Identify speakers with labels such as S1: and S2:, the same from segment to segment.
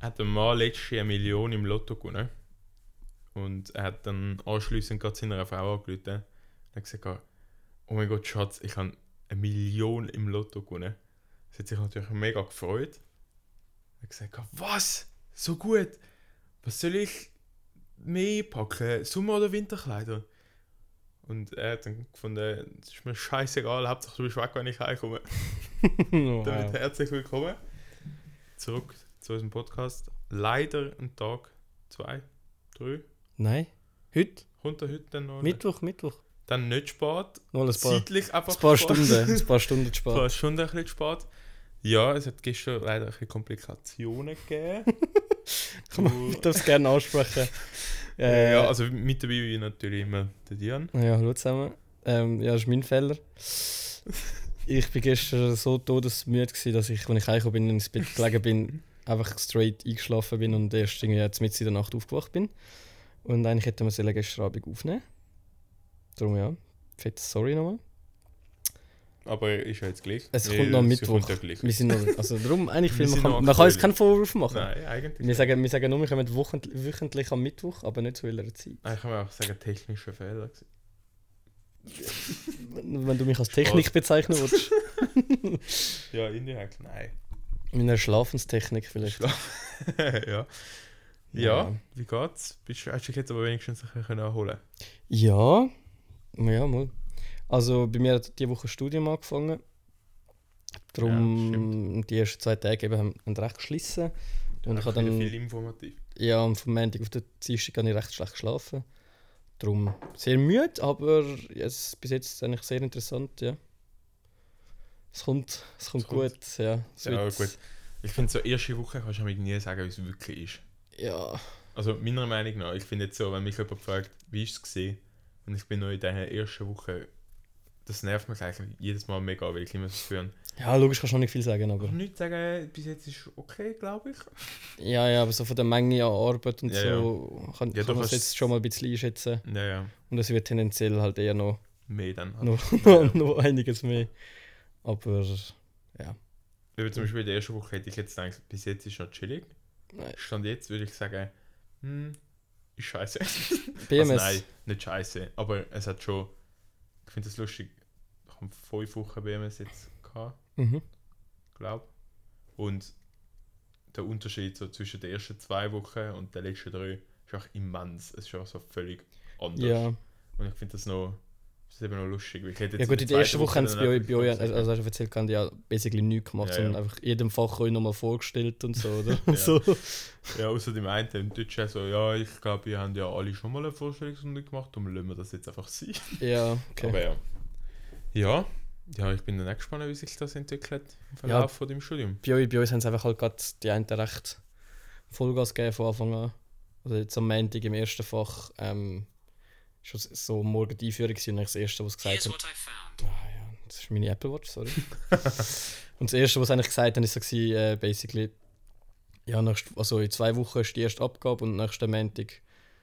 S1: hat ein Mann letztes Jahr eine Million im Lotto gewonnen. Und er hat dann anschließend gerade seiner Frau angerufen. Er hat gesagt, oh mein Gott, Schatz, ich habe eine Million im Lotto gewonnen. Sie hat sich natürlich mega gefreut. Er hat gesagt, was? So gut? Was soll ich mehr packen? Sommer- oder Winterkleider? Und er hat dann gefunden, es ist mir scheißegal, Hauptsache du bist weg, wenn ich heimkomme. Damit
S2: wow.
S1: herzlich willkommen zurück zu unserem Podcast. Leider ein Tag, zwei, drei.
S2: Nein. Heute?
S1: Kommt er heute dann noch?
S2: Mittwoch, Mittwoch.
S1: Dann nicht spät.
S2: Noch ein paar,
S1: Zeitlich einfach
S2: ein paar
S1: spät.
S2: Stunden. Ein paar Stunden zu
S1: ein
S2: spät.
S1: paar Stunden ein bisschen spät. Ja, es hat gestern leider ein bisschen Komplikationen gegeben. Du-
S2: Ich darf es gerne ansprechen. Äh,
S1: ja, also mit dabei wie natürlich immer der Dian.
S2: Ja, hallo zusammen. Ähm, ja, das ist mein Fehler. Ich bin gestern so todesmüde, gewesen, dass ich, wenn ich heimgekommen bin und ins Bett gelegen bin, einfach straight eingeschlafen bin und erst irgendwie jetzt mit in der Nacht aufgewacht bin. Und eigentlich hätte man sollen gestern Abend aufnehmen Darum ja, fettes Sorry nochmal.
S1: Aber ist ja jetzt gleich.
S2: Es
S1: Weil
S2: kommt noch am
S1: sie
S2: Mittwoch.
S1: kommt ja gleich.
S2: Wir sind noch, also darum, eigentlich,
S1: Wir
S2: viel, man,
S1: sind noch
S2: kann, man kann uns
S1: aktuell.
S2: keinen Vorwurf machen.
S1: Nein, eigentlich.
S2: Wir sagen, wir sagen nur, wir kommen wochent- wöchentlich am Mittwoch, aber nicht zu welcher Zeit.
S1: Eigentlich kann man auch sagen, technischer Fehler. gewesen.
S2: Wenn du mich als Technik bezeichnen würdest.
S1: Ja, indirekt, nein.
S2: Meiner Schlafenstechnik vielleicht.
S1: ja. Ja, wie geht's? Bist, hast du dich jetzt aber wenigstens ein bisschen anholen
S2: Ja, ja, mal. Also bei mir hat diese Woche ein Studium angefangen.
S1: Ja,
S2: Darum die ersten zwei Tage eben haben, haben recht geschlossen. Und ich
S1: Einfach
S2: habe dann
S1: viel informativ.
S2: ja, am vom Montag auf den Dienstag habe ich recht schlecht geschlafen. Darum sehr müde, aber es, bis jetzt eigentlich sehr interessant, ja. Es kommt, es kommt
S1: Es kommt.
S2: gut, ja. Es
S1: Ja,
S2: wird-
S1: gut. Ich finde, so erste Woche kannst du mir nie sagen, wie es wirklich ist.
S2: Ja,
S1: Also meiner Meinung nach, ich finde jetzt so, wenn mich jemand fragt, wie war es gewesen? und ich bin noch in dieser ersten Woche, das nervt mich eigentlich jedes Mal mega, weil ich immer so das Gefühl habe,
S2: ja, logisch kannst du noch nicht viel sagen,
S1: ich
S2: aber.
S1: kann nichts sagen, bis jetzt ist okay, glaube ich.
S2: Ja, ja, aber so von der Menge an Arbeit und
S1: Ja,
S2: so kann,
S1: Ja, du
S2: kann man es
S1: kannst-
S2: jetzt schon mal ein bisschen einschätzen.
S1: Ja, ja,
S2: Und es wird tendenziell halt eher noch,
S1: mehr dann. halt.
S2: noch, noch, noch einiges mehr. Aber
S1: Also Weil zum Beispiel in der ersten Woche hätte ich jetzt gedacht, bis jetzt ist noch chillig.
S2: Nein.
S1: Stand jetzt würde ich sagen, hm, ist scheiße.
S2: BMS,
S1: Also nein, nicht scheiße, aber es hat schon, ich finde es lustig, ich habe fünf Wochen BMS jetzt gehabt.
S2: mhm.
S1: glaube. Und der Unterschied so zwischen den ersten zwei Wochen und den letzten drei ist auch immens. Es ist auch so völlig anders.
S2: ja.
S1: Und ich finde das noch, das ist eben noch lustig. weil ich hätte
S2: ja
S1: jetzt
S2: gut, in der
S1: zweiten
S2: ersten Woche haben sie
S1: dann
S2: bei euch,
S1: einfach
S2: bei euch
S1: gesagt,
S2: also, also hast du erzählt, haben die ja basically nichts gemacht,
S1: Ja,
S2: sondern
S1: ja.
S2: einfach jedem Fach euch nochmal vorgestellt und so, oder?
S1: Ja.
S2: so.
S1: Ja, außer dem einen, dem Deutschen, so, ja, ich glaube, wir haben ja alle schon mal eine Vorstellungsrunde gemacht, darum lassen wir das jetzt einfach sein.
S2: ja, okay.
S1: Aber ja. Ja, ja, ich bin dann auch gespannt, wie sich das entwickelt im Verlauf von dem Studium.
S2: bei, euch, bei uns haben sie einfach halt gerade die einen recht Vollgas gegeben von Anfang an. Also jetzt am Montag im ersten Fach ähm, schon so morgen die Einführung gewesen, und eigentlich das erste, was gesagt
S3: Here's
S2: haben.
S3: what I found.
S2: Ah ja, das ist meine Apple Watch, sorry. und das Erste, was sie eigentlich gesagt haben, ist so, gewesen, äh, basically, ja, nächst, also in zwei Wochen ist die erste Abgabe und nächsten Montag,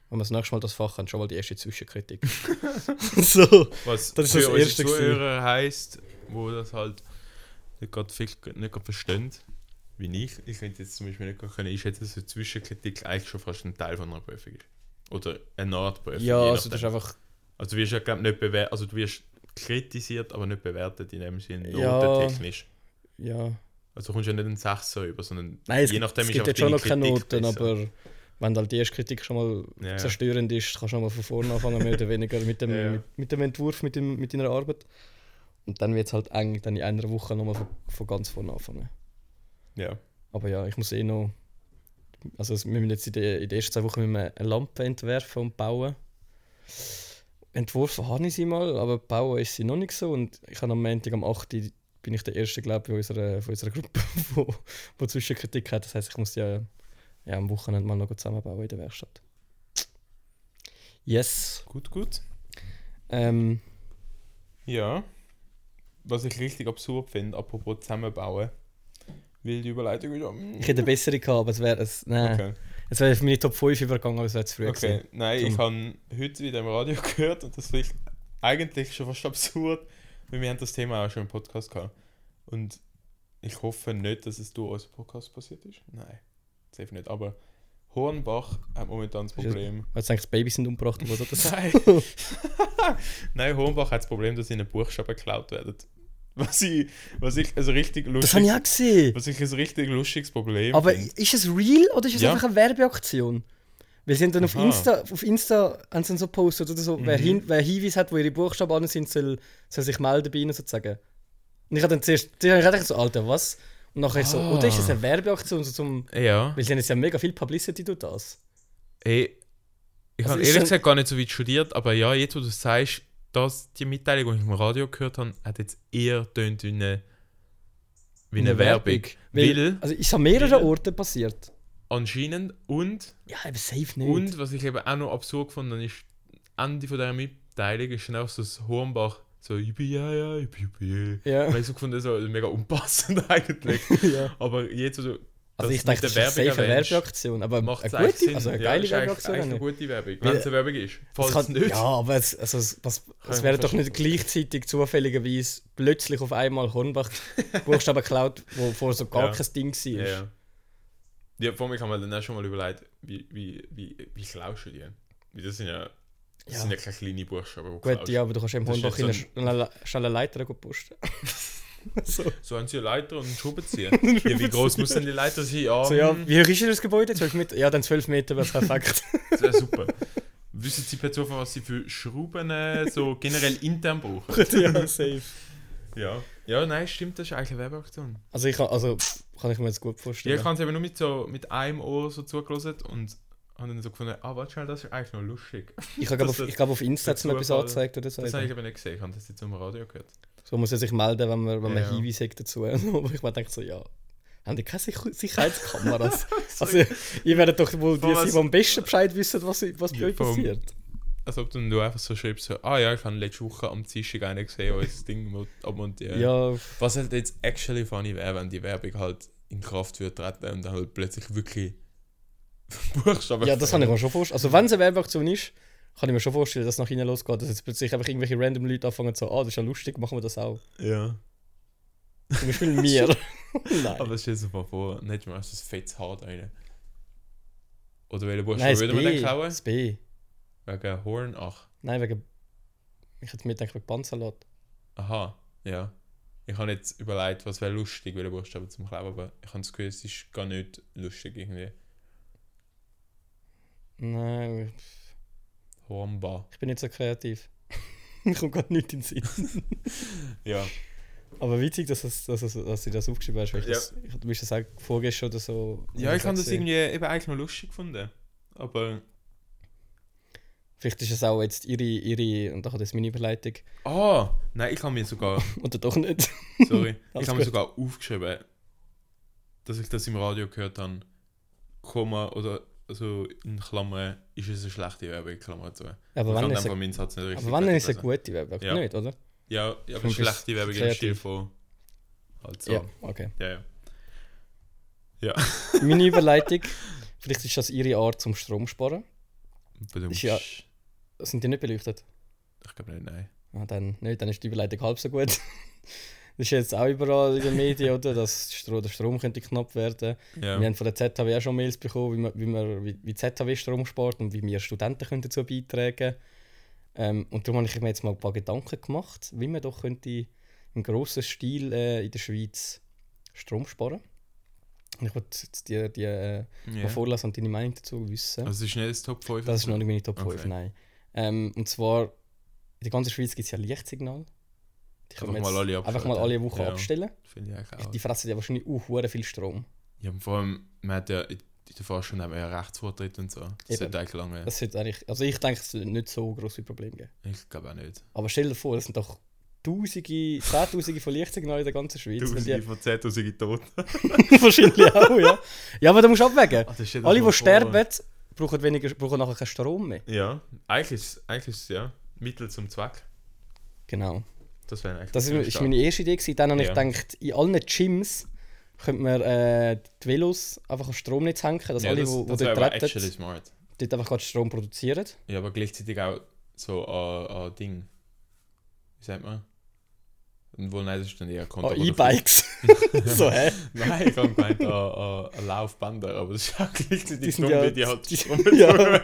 S2: wenn wir das nächste Mal das Fach haben, schon mal die erste Zwischenkritik. so.
S1: Was
S2: Das ist
S1: für
S2: das
S1: unsere
S2: Erste gewesen.
S1: Zuhörer heisst, wo das halt nicht gerade viel nicht gerade verstehen, wie ich. Ich könnte jetzt zum Beispiel nicht gerade können einschätzen, dass eine Zwischenkritik eigentlich schon fast ein Teil von einer Prüfung ist. Oder eine Art Prüfung.
S2: Ja,
S1: je
S2: also das ist
S1: nachdem.
S2: einfach,
S1: also du wirst ja glaub, nicht bewertet, also du wirst kritisiert, aber nicht bewertet in dem Sinne
S2: Ja.
S1: notentechnisch.
S2: ja.
S1: Also du kommst ja nicht einen Sechser über, sondern
S2: Nein, es,
S1: je
S2: gibt-
S1: nachdem
S2: es
S1: ist
S2: gibt
S1: auch
S2: jetzt schon
S1: deine
S2: noch keine
S1: Kritik
S2: Noten,
S1: besser.
S2: aber wenn halt die erste Kritik schon mal
S1: Ja, ja.
S2: zerstörend ist, kannst du schon mal von vorne anfangen, mehr oder weniger, mit dem,
S1: Ja, ja.
S2: mit, mit dem Entwurf, mit, dem, mit deiner Arbeit. Und dann wird es halt eng, dann in einer Woche nochmal von, von ganz vorne anfangen.
S1: Ja.
S2: Aber ja, ich muss eh noch. Also, es- wir müssen jetzt in den, in den ersten zwei Wochen müssen wir eine Lampe entwerfen und bauen. Entworfen habe ich sie mal, aber bauen ist sie noch nicht so. Und ich habe am Montag, am 8. Uhr bin ich der Erste, glaube ich, von unserer, von unserer Gruppe, wo, wo Zwischenkritik hat. Das heisst, ich muss ja, ja am Wochenende mal noch zusammenbauen in der Werkstatt. Yes.
S1: Gut, gut.
S2: Ähm,
S1: Ja. Was ich richtig absurd finde, apropos zusammenbauen, weil die Überleitung wieder.
S2: ich hätte eine bessere gehabt, aber es wäre es. Nein.
S1: Okay.
S2: Es wäre auf meine Top 5 übergegangen, aber es wäre zu früh gewesen.
S1: Okay, nein, ich habe heute wieder im Radio gehört und das finde ich eigentlich schon fast absurd, weil wir haben das Thema auch schon im Podcast gehabt. Und ich hoffe nicht, dass es durch unseren Podcast passiert ist. Nein. safe nicht. Aber Hornbach hat momentan das
S2: Ist das-
S1: Problem.
S2: Jetzt denkst du, Babys sind umgebracht worden, oder?
S1: Nein. Nein, Hornbach hat das Problem, dass ihnen Buchstaben geklaut werden. Was ich, was ich also richtig
S2: Das
S1: lustig,
S2: habe ich auch gesehen.
S1: was ich ein richtig lustiges Problem
S2: Aber
S1: finde.
S2: ist es real oder ist es
S1: Ja.
S2: einfach eine Werbeaktion? Wir sind dann auf
S1: Aha.
S2: Insta, auf Insta haben sie dann so gepostet oder so, wer,
S1: Mhm.
S2: hin, wer Hinweis hat, wo ihre Buchstaben an sind, soll, soll sich melden bei ihnen sozusagen. Und ich habe dann zuerst, zuerst habe ich gedacht so, Alter, was? Und nachher so,
S1: Ah.
S2: oder ist es eine Werbeaktion, so zum,
S1: Äh, Ja,
S2: weil sie haben jetzt ja mega viel Publicity durch das.
S1: ey, ich
S2: Also
S1: habe
S2: ist
S1: ehrlich
S2: denn-
S1: gesagt gar nicht so weit studiert, aber ja, jetzt wo du sagst, dass die Mitteilung, die ich im Radio gehört habe, hat jetzt eher tönt wie eine, wie eine, Werbung.
S2: Weil,
S1: Weil,
S2: also ist es an mehreren
S1: Weil-
S2: Orten passiert.
S1: anscheinend und
S2: Ja, eben safe nicht.
S1: Und was ich eben auch noch absurd gefunden habe, ist, Ende von dieser Mitteilung ist dann auch so das Hornbach, so ich bin ja, ja, ich bin, ich bin ja.
S2: Ja.
S1: Und ich so gefunden, so mega unpassend eigentlich.
S2: ja.
S1: Aber jetzt, also,
S2: Also ich
S1: das mit
S2: denke, das ist
S1: der
S2: eine safe
S1: Werbung erwähnst,
S2: Werbeaktion, aber eine
S1: macht es eigentlich
S2: gute,
S1: Sinn.
S2: also eine
S1: ja,
S2: geile
S1: ist eigentlich,
S2: Werbeaktion.
S1: eigentlich eine
S2: eigentlich.
S1: gute Werbung, wenn es eine Werbung ist.
S2: Es
S1: Falls es nicht.
S2: Ja, aber es, also es, was, es
S1: ich
S2: wäre
S1: mir
S2: doch nicht gleichzeitig zufälligerweise plötzlich auf einmal Hornbach Buchstaben geklaut, wo vorher so gar
S1: Ja.
S2: kein Ding war.
S1: Ja, ja. ja, vor mir kann man dann auch schon mal überlegt, wie, wie, wie, wie klaust du die? Weil Das sind ja, das
S2: Ja.
S1: sind ja keine kleinen Buchstaben, die du
S2: Gut,
S1: klaust.
S2: ja, aber du kannst im
S1: Das ist
S2: Hornbach
S1: jetzt
S2: in eine, sch- eine, schnelle Leiter go posten. so.
S1: So haben sie eine Leiter und einen Schraubenzieher. ja, wie groß muss denn die Leiter sein? Ja,
S2: so, Also ja,
S1: hm.
S2: wie hoch ist denn das Gebäude? 12 Meter? Ja, dann 12 Meter wäre perfekt.
S1: Das wäre super. Wissen Sie per Zufall, was Sie für Schrauben äh, so generell intern brauchen?
S2: ja, safe.
S1: Ja. Ja, nein, stimmt, das ist eigentlich eine Werbeaktion.
S2: Also, ich kann, also, kann ich mir jetzt gut vorstellen.
S1: Ja, ich habe es eben nur mit, so, mit einem Ohr so zugelassen und habe dann so gefunden, ah, warte schnell, das ist eigentlich noch lustig.
S2: ich habe, glaube
S1: das-
S2: ich, glaub, auf Insta
S1: der
S2: hat mir etwas
S1: Zufall-
S2: angezeigt oder so.
S1: Das habe ich eben nicht gesehen, ich habe das jetzt im Radio gehört.
S2: So muss er sich melden, wenn man, wenn man
S1: Ja.
S2: Hinweise hat dazu. Aber ich mir denke so, ja, haben die keine Sicher- Sicherheitskameras? also, ihr werdet doch wohl die
S1: Vor
S2: sein,
S1: was-
S2: die am besten Bescheid wissen, was, was bei
S1: Ja,
S2: euch
S1: vor allem-
S2: passiert.
S1: Als ob du einfach so schreibst, so, ah ja, ich habe letzte Woche am Dienstag einen gesehen, der das Ding mo- abmontiert.
S2: Ja,
S1: Was halt jetzt actually funny wäre, wenn die Werbung halt in Kraft würde treten und dann halt plötzlich wirklich Buchstaben
S2: ja, das kann ich mir schon vorstellen. Also, wenn es eine Werbeaktion ist, kann ich mir schon vorstellen, dass es nach hinten losgeht. Dass jetzt plötzlich einfach irgendwelche random Leute anfangen so, ah, das ist ja lustig, machen wir das auch.
S1: Ja.
S2: Zum Beispiel mir. Nein.
S1: Aber stell dir mal vor, dann hättest du mal so ein fettes Haar rein. Oder welchen Buchstaben
S2: Nein, das
S1: würde man dann
S2: B.
S1: klauen?
S2: Das B.
S1: Wegen Horn, ach.
S2: Nein, wegen. Ich hätte mir gedacht, wegen Bandsalat.
S1: Aha, ja. Ich habe jetzt überlegt, was wäre lustig, welchen Buchstaben zum Klauen, aber ich habe das Gefühl, es ist gar nicht lustig irgendwie.
S2: Nein,
S1: Hornbar.
S2: ich bin nicht so kreativ. Mir kommt gerade nichts in den Sinn.
S1: Ja.
S2: Aber witzig, dass, das, dass, das, dass du das aufgeschrieben hast. Weil ich
S1: Ja.
S2: das, ich, du bist das auch vorgestern oder so.
S1: Ja, ich habe das
S2: gesehen.
S1: irgendwie eben eigentlich noch lustig gefunden. Aber.
S2: Vielleicht ist es auch jetzt ihre, ihre und dann das meine Überleitung.
S1: Ah! nein, ich habe mir sogar.
S2: Oder doch nicht.
S1: Sorry. ich
S2: Alles
S1: habe mir
S2: gut.
S1: sogar aufgeschrieben, dass ich das im Radio gehört habe. Komma oder also in Klammern ist es eine schlechte Werbung, Klammer zu.
S2: Aber
S1: ich
S2: wann
S1: habe
S2: ist,
S1: einfach
S2: eine,
S1: meinen Satz nicht richtig
S2: aber wann ist eine
S1: fertig
S2: gute Werbung?
S1: Ja.
S2: Nicht, oder?
S1: gelesen. Ja, ja aber
S2: Komm,
S1: schlechte
S2: bist
S1: Werbung im
S2: kreativ.
S1: Stil von. Halt so.
S2: Ja,
S1: Ja,
S2: okay.
S1: ja. ja.
S2: Meine Überleitung, vielleicht ist das ihre Art zum Strom sparen.
S1: Badum.
S2: Ist ja-
S1: Ich
S2: Sind die nicht beleuchtet?
S1: glaube nicht, nein.
S2: Ah, dann nicht, dann ist die Überleitung halb so gut. das ist jetzt auch überall in den Medien, oder? Dass Stro- der Strom könnte knapp werden. Wir
S1: Ja.
S2: haben von der ZHW auch schon Mails bekommen, wie, man, wie, man, wie, wie die ZHW Strom spart und wie wir Studenten können dazu beitragen ähm, Und darum habe ich mir jetzt mal ein paar Gedanken gemacht, wie man doch könnte im grossen Stil äh, in der Schweiz Strom sparen Und ich wollte jetzt dir die, äh, mal
S1: ja.
S2: vorlesen und deine Meinung dazu wissen.
S1: Also, es ist nicht das Top 5.
S2: das ist noch nicht meine Top
S1: Okay.
S2: 5, nein. Ähm, und zwar, in der ganzen Schweiz gibt es ja Lichtsignal. Die können wir
S1: Einfach mal alle
S2: jetzt einfach mal
S1: abschalten.
S2: alle Woche
S1: Ja.
S2: abstellen.
S1: Finde ich eigentlich auch.
S2: Die fressen ja wahrscheinlich auch verdammt viel Strom.
S1: Ja, und vor allem, man hat ja in der Forschung haben wir ja Rechtsvortritt und so. Das
S2: Eben.
S1: sollte eigentlich lange.
S2: Das sollte eigentlich, also ich denke, es wird nicht so große Problem geben.
S1: Ich glaube auch nicht.
S2: Aber stell dir vor, es sind doch Tausende, Zehntausende von Lichtsignalen in der ganzen Schweiz. Und
S1: Tausende von 10.000 Toten.
S2: Die, wahrscheinlich auch, ja. Ja, aber da musst du abwägen.
S1: Ah, das steht
S2: Alle,
S1: auch mal
S2: die sterben,
S1: vor.
S2: brauchen, weniger, brauchen nachher keinen Strom mehr.
S1: Ja, eigentlich ist, eigentlich ist es ja Mittel zum Zweck.
S2: Genau.
S1: Das wäre eigentlich.
S2: Das
S1: der
S2: war ist
S1: Start.
S2: meine erste Idee. Gewesen. Dann habe ich
S1: Ja.
S2: gedacht, in allen Gyms könnte man äh, die Velos einfach am Stromnetz hängen, dass
S1: ja,
S2: alle, die
S1: das,
S2: dort
S1: das wäre aber actually
S2: treten,
S1: smart.
S2: dort einfach gerade Strom produzieren.
S1: Ja, aber gleichzeitig auch so an an Ding. Wie sagt man? Und Wo nein, das ist dann eher
S2: An
S1: kontraproduktiv.
S2: Ah, E-Bikes. so, hä?
S1: Nein, ich habe gemeint äh, an, an, an Laufbänder, aber das ist auch
S2: Die
S1: gleichzeitig
S2: sind
S1: dumm,
S2: ja-
S1: wie die halt
S2: die-
S1: Strom
S2: ja.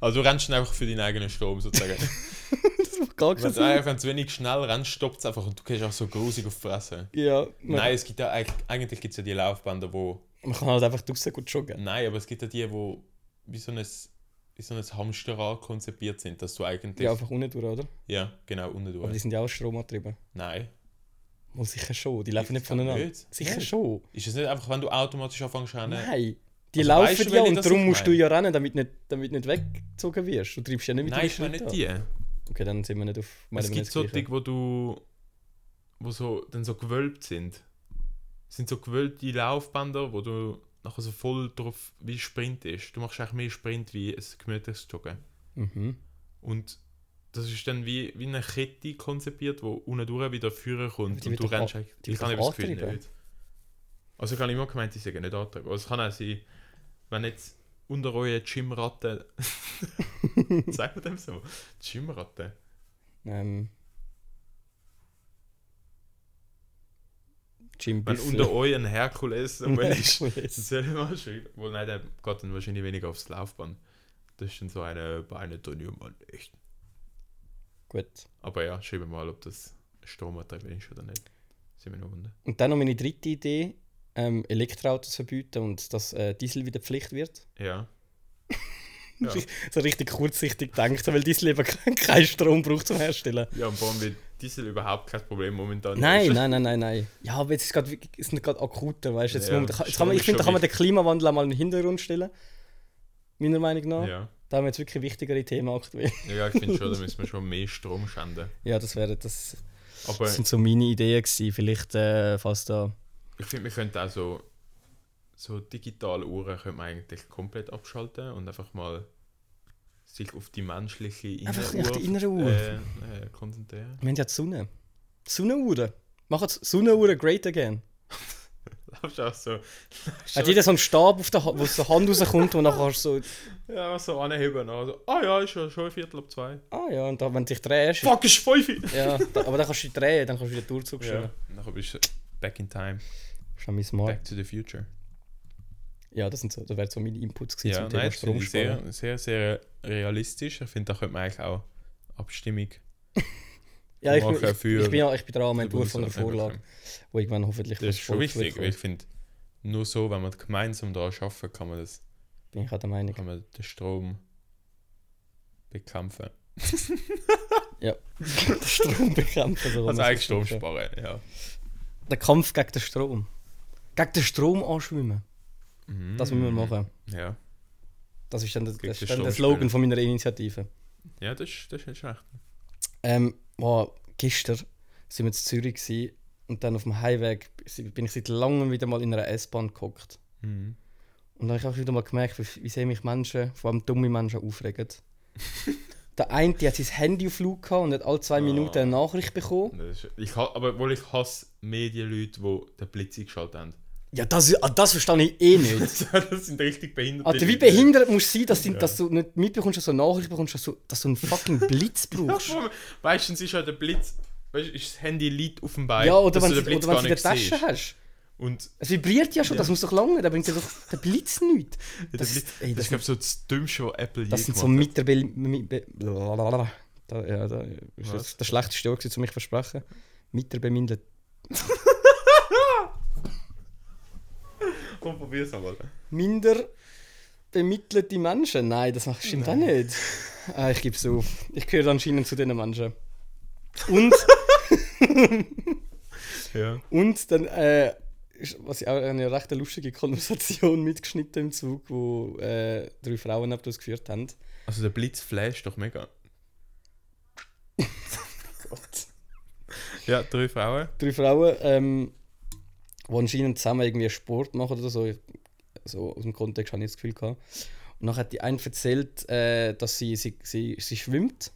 S1: Also du rennst einfach für deinen eigenen Strom sozusagen.
S2: Das macht gar keinen
S1: Wenn
S2: Sinn.
S1: du, wenn du wenig schnell rennst, stoppt es einfach und du gehst auch so grusig auf die Fresse.
S2: Ja, man,
S1: Nein, es gibt ja eigentlich, eigentlich gibt's ja die Laufbänder, wo.
S2: man kann halt einfach draußen gut joggen.
S1: Nein, aber es gibt ja die, wo wie so ein, wie so ein Hamsterrad konzipiert sind, dass du eigentlich.
S2: Die
S1: Ja,
S2: einfach unten durch, oder?
S1: genau, unten
S2: Aber die
S1: durch.
S2: sind ja auch stromantrieben.
S1: Nein.
S2: Mal sicher schon, die laufen nicht
S1: glaub
S2: voneinander.
S1: nicht.
S2: Sicher
S1: Nein.
S2: schon.
S1: Ist es nicht einfach, wenn du automatisch anfängst zu rennen?
S2: Nein. Die
S1: Also
S2: laufen
S1: weißt du,
S2: ja
S1: welche
S2: und
S1: das
S2: darum
S1: ich
S2: musst du
S1: meine?
S2: ja rennen, damit nicht, damit nicht weggezogen wirst. Du treibst ja nicht mit
S1: Nein, ich
S2: deinen
S1: meine nicht
S2: Schritten
S1: die.
S2: an. Okay, dann sind wir nicht auf meinem
S1: es gibt so Dinge, wo du. wo so, dann so gewölbt sind. Es sind so gewölbte Laufbänder, wo du nachher so voll drauf wie Sprint ist. Du machst eigentlich mehr Sprint wie ein gemütliches Joggen.
S2: Mhm.
S1: Und das ist dann wie, wie eine Kette konzipiert, wo unten durch wieder Führer
S2: Aber
S1: kommt
S2: die
S1: und
S2: wird
S1: du
S2: doch
S1: rennst
S2: an-
S1: eigentlich.
S2: die
S1: Ich
S2: wird
S1: habe
S2: doch
S1: das Gefühl
S2: angetrieben.
S1: nicht. Also ich habe immer gemeint, die sind nicht antrieben. Also es kann auch sein, wenn jetzt unter euren Gymratten. Sagt man dem so? Gymratten?
S2: Ähm. Jim
S1: Wenn
S2: Büffel.
S1: unter euch ein Herkules oben ist,
S2: Herkules.
S1: soll ich mal schreiben. Wohl, nein, der geht dann wahrscheinlich weniger aufs Laufband. Das ist dann so eine Beinetonium und echt.
S2: Gut.
S1: Aber ja, schreiben wir mal, ob das Stromantrieb ist oder nicht. Sind wir noch wunder.
S2: Und dann noch meine dritte Idee: ähm, Elektroautos verbieten und dass äh, Diesel wieder Pflicht wird.
S1: Ja. ja.
S2: So richtig kurzsichtig gedacht, weil Diesel eben keinen Strom braucht zum Herstellen.
S1: Ja, und vor allem wird Diesel überhaupt kein Problem momentan.
S2: Nein,
S1: ist.
S2: nein, nein, nein, nein. Ja, aber jetzt ist grad wirklich- es gerade akuter, weißt du? Jetzt
S1: Ja,
S2: muss man- jetzt
S1: schon,
S2: kann man- Ich finde, da
S1: schon
S2: kann man den Klimawandel auch mal in den Hintergrund stellen. Meiner Meinung nach.
S1: Ja.
S2: Da haben wir jetzt wirklich wichtigere Themen aktuell.
S1: ja, ich finde schon, da müssen wir schon mehr Strom schänden.
S2: Ja, das wäre das.
S1: Aber
S2: Das sind so meine Ideen gewesen. Vielleicht äh, fast da.
S1: ich finde, wir könnten auch so, so digitale Uhren können wir eigentlich komplett abschalten und einfach mal sich auf die menschliche
S2: Einfach
S1: innere
S2: auf
S1: Uhr,
S2: die innere Uhr.
S1: Äh, äh, konzentrieren.
S2: Wir haben ja die Sonne. Die Sonnenuhren. Machen die Sonnenuhren great again.
S1: Laufst auch so.
S2: Hat jeder so einen Stab, auf der, Ha- wo so Hand rauskommt und nachher so.
S1: Ja, einfach so anheben. Also, ah ja, ist ja schon ein Viertel ab zwei.
S2: Ah ja, und da, wenn du dich drehst.
S1: Fuck, ist fünf!
S2: Ja, da, aber dann kannst du dich drehen, dann kannst du wieder Durchzug
S1: Ja.
S2: schauen.
S1: Nachher bist du back in time.
S2: Schon mein Smart.
S1: Back to the future.
S2: Ja, das, sind so, das wären so meine Inputs gewesen
S1: Ja,
S2: zum Thema
S1: nein, das finde ich
S2: Stromsparen.
S1: sehr, sehr, sehr realistisch. Ich finde, da könnte man eigentlich auch Abstimmung
S2: Ja, ich,
S1: machen
S2: bin- ich,
S1: für-
S2: ich bin ja ich bin dran am Entwurf von der
S1: Bundesrat-
S2: Vorlage, wo irgendwann hoffentlich
S1: Das ist schon
S2: das Volk
S1: wichtig, weil
S2: wird
S1: ich finde, nur so, wenn wir gemeinsam daran arbeiten, kann man, das,
S2: kommen. Bin ich auch der Meinung.
S1: kann man den Strom bekämpfen.
S2: Den Strom bekämpfen. so
S1: Also
S2: muss
S1: eigentlich
S2: ich
S1: Strom
S2: sagen.
S1: sparen, ja.
S2: Der Kampf gegen den Strom. Gegen den Strom anschwimmen. Das müssen wir machen.
S1: Ja,
S2: Das ist dann, der-
S1: Mhm. Gegen
S2: das
S1: den
S2: ist dann der
S1: Strom
S2: Slogan von meiner Initiative.
S1: ja das, ist- das ist nicht schlecht.
S2: Ähm, boah, gestern sind wir in Zürich gewesen, und dann auf dem Heimweg bin ich seit langem wieder mal in einer S-Bahn gehockt.
S1: Mhm.
S2: Und dann habe ich auch wieder mal gemerkt, wie, wie sehr mich Menschen, vor allem dumme Menschen, aufregen. der eine der hat sein Handy auf Flug gehabt und hat alle zwei Minuten eine Nachricht bekommen.
S1: Das ist, ich, ha- aber obwohl ich hasse Medienleute, die den Blitz eingeschaltet haben.
S2: Ja, das, ah, das verstehe ich eh nicht.
S1: das sind richtig behinderte
S2: Alter, wie
S1: Leute.
S2: behindert musst du sein, dass, du- dass du nicht mitbekommst, dass du eine Nachricht bekommst, dass du, dass du einen fucking Blitz brauchst?
S1: Meistens ist halt der Blitz, weißt, du, ist das Handy liegt auf dem Bein.
S2: ja, oder
S1: dass
S2: wenn
S1: du
S2: du
S1: den Blitz
S2: es in
S1: gar
S2: der
S1: nicht
S2: Tasche
S1: siehst.
S2: hast.
S1: Und
S2: Es vibriert ja schon, das muss doch lange, da bringt dir doch der Blitz nichts.
S1: Das,
S2: Das,
S1: ist,
S2: ey,
S1: das
S2: das,
S1: ist, glaube ich, so das Dümmste, was Apple
S2: das
S1: je
S2: sind
S1: gemacht
S2: so
S1: hat.
S2: mit der... Be mit Be blablabla. da, ja, da ist
S1: Was?
S2: das, das schlechteste Jahr, um mich zu versprechen. Mit der bemindelt.
S1: Komm, probier's nochmal.
S2: Minder bemittelte Menschen? Nein, das macht- stimmt auch nicht. Ah, ich gebe es auf. Ich gehöre anscheinend zu diesen Menschen. Und...
S1: Ja.
S2: Und dann, äh, ist- was ich auch eine recht lustige Konversation mitgeschnitten im Zug, wo äh, drei Frauen ab das geführt haben.
S1: Also der Blitz flasht doch mega.
S2: Gott.
S1: Ja, drei Frauen.
S2: Drei Frauen, ähm, die anscheinend zusammen irgendwie Sport machen oder so. Ich, so aus dem Kontext habe ich das Gefühl gehabt. Und dann hat die eine erzählt, äh, dass sie, sie, sie, sie schwimmt.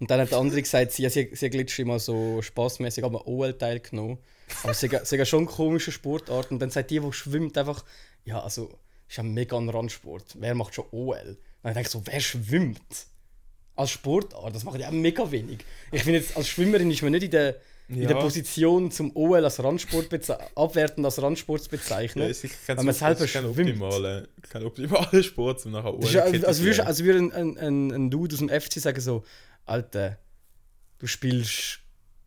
S2: Und dann hat der andere gesagt, sie, sie, sie glitscht immer so spaßmäßig am OL teilgenommen. Aber sie, sie hat schon komische Sportart. Und dann sagt die, die schwimmt, einfach, ja, also, ist ja mega ein Randsport. Wer macht schon OL? Dann denke ich so, wer schwimmt? Als Sportart, das macht ja auch mega wenig. Ich finde jetzt, als Schwimmerin ist man nicht in der, in der Position zum OL als Randsport beze- abwertend als Randsport zu
S1: ja,
S2: bezeichnen.
S1: ist sicher kein,
S2: Wenn man
S1: super-
S2: selber
S1: ist kein,
S2: schwimmt.
S1: optimaler, kein optimaler Sport, um nachher
S2: das ist, ja- also würde also würde ein, ein, ein, ein Dude aus dem FC sagen so, Alter, du spielst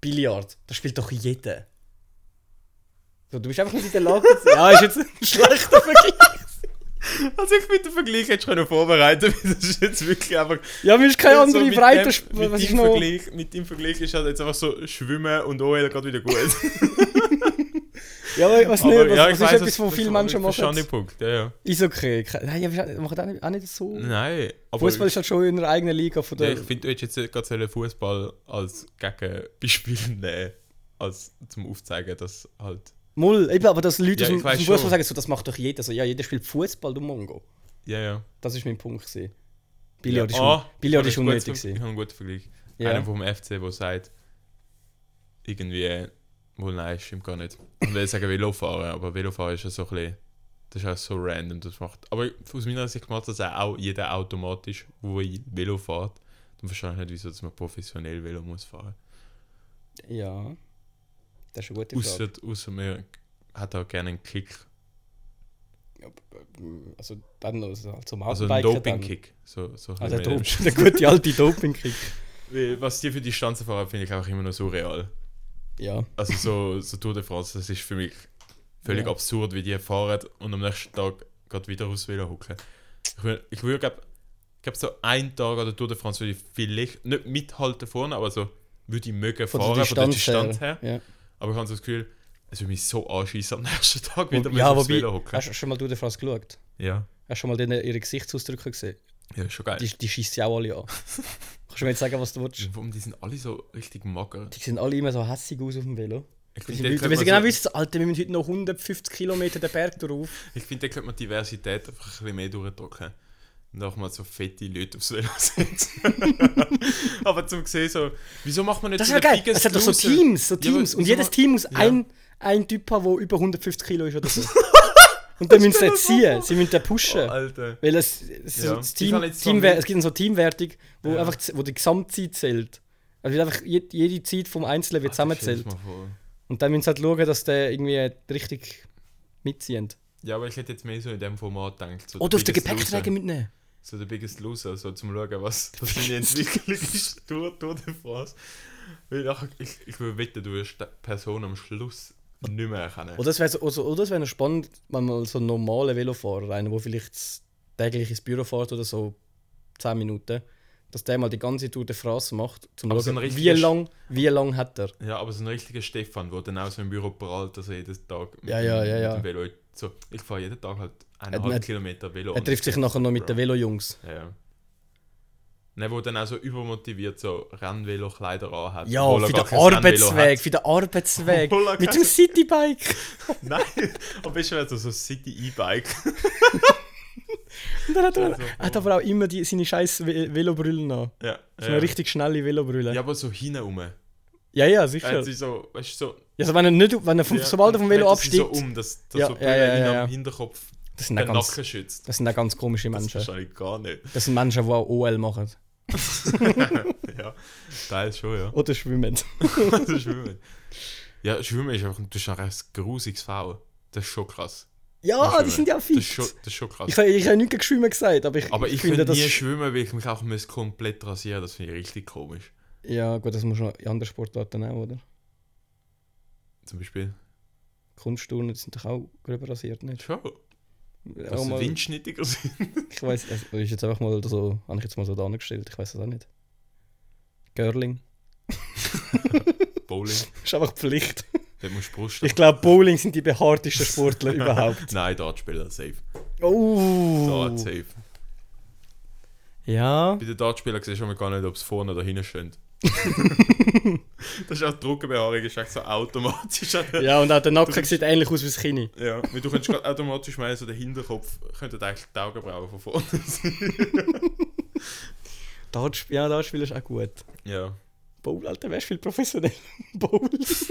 S2: Billard, das spielt doch jeder. So, du bist einfach nicht in der Lage. dazu- ja, ist jetzt ein schlechter Vergleich.
S1: Also ich mit dem Vergleich hätte ich können vorbereiten können, das ist jetzt wirklich einfach...
S2: Ja, mir ist keine
S1: so
S2: andere
S1: mit
S2: Breite.
S1: dem- Mit,
S2: Was ist
S1: deinem
S2: noch?
S1: Vergleich, mit deinem Vergleich ist halt jetzt einfach so Schwimmen und OL geht wieder gut.
S2: Ja, aber was nicht, was,
S1: ja,
S2: was ist etwas, was viele Menschen
S1: Verstand den
S2: machen.
S1: Punkt, ja, ja.
S2: Eishockey. ke- Nein, ja, wir machen auch nicht, auch nicht so.
S1: Nein, aber...
S2: Fußball ist halt schon in einer eigenen Liga von
S1: ja,
S2: der.
S1: ich finde, du hättest jetzt gerade sollen Fußball als Gegenbeispiel nehmen, als zum Aufzeigen, dass halt...
S2: Mull, eben, aber dass
S1: Ja,
S2: Leute aus dem
S1: ich
S2: aus
S1: weiss
S2: dem Fußball
S1: schon.
S2: sagen, so, das macht doch jeder. So, ja, jeder spielt Fußball, du Mongo.
S1: Ja, ja.
S2: Das war mein Punkt. gewesen. Billard ist,
S1: Ah,
S2: un Billard
S1: ich
S2: ist
S1: habe einen
S2: unnötig.
S1: guten- Ich
S2: gewesen.
S1: habe einen guten Vergleich.
S2: Ja.
S1: Einer vom FC, der sagt, irgendwie, wohl nein, stimmt gar nicht. Ich will sagen Velofahren, aber Velofahren ist ja so ein bisschen, das ist auch so random, das macht. Aber aus meiner Sicht macht das auch jeder automatisch, wo er Velo fährt. Dann verstehe ich nicht, wieso dass man professionell Velo muss fahren.
S2: Ja. Das ist eine gute Frage.
S1: Außer, außer man hat auch gerne einen Kick,
S2: Also dann noch so- zum
S1: also einen
S2: Mountainbiken
S1: Doping-Kick. So, so ein
S2: dann. Also der,
S1: bisschen mehr.
S2: Dop der gute alte Doping-Kick.
S1: Weil Was die für die Stanzen fahren, finde ich einfach immer noch so real.
S2: Ja.
S1: Also so, so Tour de France, das ist für mich völlig
S2: Ja.
S1: absurd, wie die fahren und am nächsten Tag gerade wieder aufs Velo hocken. Ich würde, ich würde glaube glaub so einen Tag an der Tour de France würde ich vielleicht nicht mithalten vorne, aber so würde ich mögen
S2: Von
S1: fahren
S2: der
S1: von der
S2: Distanz
S1: Distanz her.
S2: her. Ja,
S1: Aber ich habe so das Gefühl, es würde mich so anschießen am nächsten Tag wieder
S2: ja
S1: aufs
S2: wobei,
S1: Velo hocken.
S2: hast du schon mal Tour de France geschaut?
S1: Ja.
S2: Hast du schon mal denen ihre Gesichtsausdrücke gesehen?
S1: ja, ist schon geil.
S2: Die, die schießt ja auch alle an. Kannst du mir jetzt sagen, was du willst?
S1: Warum, die sind alle so richtig mager.
S2: Die sehen alle immer so hässig aus auf dem Velo.
S1: Ich finde,
S2: Weil sie
S1: da könnte
S2: genau
S1: man so-
S2: wissen, so, Alter, wir müssen heute noch 150 Kilometer den Berg drauf.
S1: ich finde, da könnte man die Diversität einfach ein bisschen mehr durchdrücken. Und auch mal so fette Leute aufs Velo setzen. Aber zum sehen, so, wieso macht man nicht
S2: Das
S1: so
S2: ist ja
S1: den
S2: geil.
S1: biggest
S2: Es hat doch so
S1: loser?
S2: Teams, so
S1: Ja, aber
S2: Teams. und
S1: wieso
S2: jedes
S1: ma-
S2: Team muss ein, ein Typ haben, der über 150 Kilo ist oder so. und dann müssen sie den ziehen, sie müssen den
S1: Oh,
S2: pushen.
S1: Alter.
S2: weil es, es,
S1: Ja.
S2: so das
S1: Ich
S2: Team,
S1: kann jetzt zwar
S2: Teamwer
S1: nicht-
S2: es gibt dann so Teamwertung, wo
S1: Ja.
S2: einfach z- wo die Gesamtzeit zählt. Also wird einfach jede, jede Zeit vom Einzelnen wird zusammenzählt.
S1: Stell's mal vor.
S2: Und dann müssen sie halt schauen, dass der irgendwie richtig mitzieht.
S1: Ja, aber ich hätte jetzt mehr so in dem Format gedacht. So
S2: Oder auf den
S1: Biggest
S2: Gepäckträger
S1: Loser.
S2: mitnehmen.
S1: So der Biggest Loser, so zum Schauen, was das für eine Entwicklung ist. Tour, Tour de France. Weil nachher- ich, ich würde wetten, du wirst die Person am Schluss nicht mehr erkennen.
S2: Oder es wäre so, also, oder es wär noch spannend, wenn mal so ein normaler Velofahrer, einer, der vielleicht täglich ins Büro fährt oder so 10 Minuten, dass der mal die ganze Tour der France macht, um
S1: Aber so
S2: zu
S1: ein
S2: schauen, wie
S1: richtiger Sch-
S2: lang, wie lang hat er.
S1: Ja, aber so ein richtiger Stefan, der dann auch so im Büro prallt, dass er jeden Tag mit,
S2: Ja,
S1: dem-
S2: ja, ja,
S1: mit
S2: ja.
S1: dem Velo. So, ich fahre jeden Tag halt eineinhalb
S2: er-
S1: Kilometer Velo.
S2: Er trifft sich nachher noch mit den Velo-Jungs.
S1: Ja, ja. Ne, wo dann auch so übermotiviert so Rennvelo-Kleider anhat.
S2: Ja,
S1: obwohl er
S2: für
S1: gar
S2: den
S1: kein Rennvelo
S2: Arbeitsweg, für den Arbeitsweg.
S1: Obwohl er
S2: Mit
S1: kein-
S2: dem Citybike.
S1: hat. Nein, aber ist schon also so City-E-Bike.
S2: Und er hat,
S1: Also,
S2: er hat aber auch immer die, seine scheiß Ve- Velobrüllen an.
S1: Ja,
S2: So
S1: ja.
S2: eine richtig schnelle Velobrille.
S1: ja, aber so hinten rum.
S2: ja, ja,
S1: Ja.
S2: sicher.
S1: so, weißt du, so...
S2: Also wenn er nicht, wenn er vom,
S1: ja,
S2: sobald er vom Velo
S1: dreht sie sich
S2: absteigt,
S1: so um, dass, dass
S2: Ja,
S1: so
S2: ja,
S1: Brille
S2: ja,
S1: ihn
S2: ja, ja.
S1: am Hinterkopf
S2: das, sind auch
S1: den
S2: ganz,
S1: Nacken schützt.
S2: das sind auch ganz komische
S1: Das
S2: Menschen.
S1: verstehe ich gar nicht.
S2: Das sind Menschen, die auch OL machen.
S1: ja, teils schon, ja.
S2: Oder schwimmen.
S1: Also schwimmen. Ja, schwimmen ist einfach, du hast auch ein grusiges Foul. Das ist schon krass.
S2: Ja, Oh, die
S1: Schwimmen.
S2: sind ja
S1: Das
S2: fit.
S1: ist schon, das ist schon krass.
S2: Ich, ich, ich habe nichts gegen Schwimmen gesagt, aber ich,
S1: Aber ich,
S2: finde
S1: könnte
S2: das.
S1: nie schwimmen, weil ich mich auch muss komplett rasieren Das finde ich richtig komisch.
S2: Ja, gut, das muss man in anderen Sportarten auch, oder?
S1: Zum Beispiel.
S2: Kunstturnen die sind doch auch gröber rasiert, nicht?
S1: Schon.
S2: Auch
S1: Dass sie
S2: mal-
S1: windschnittiger sind.
S2: ich weiß, das ist jetzt einfach mal so, habe ich jetzt mal so da angestellt, ich weiß das auch nicht. Curling.
S1: Bowling.
S2: Ist einfach Pflicht.
S1: Dort musst du Brust
S2: Ich glaube, Bowling sind die behaartesten Sportler überhaupt.
S1: Nein, dort spielen safe.
S2: Oh!
S1: Dort safe.
S2: Ja.
S1: Bei den Dartspielern siehst du schon mal gar nicht, ob es vorne oder hinten steht. das ist auch die Druckenbehaarung, ist echt so automatisch. Ja.
S2: Ja, und auch der Nacken sieht ähnlich aus wie das Kinn.
S1: ja. weil Du könntest grad automatisch meinen, so der Hinterkopf könnte eigentlich die Augenbrauen von vorne sein.
S2: Dart, ja, da spielst du auch gut.
S1: Ja.
S2: Bowl, Alter, wärst viel professionell. Bowl.
S1: ist-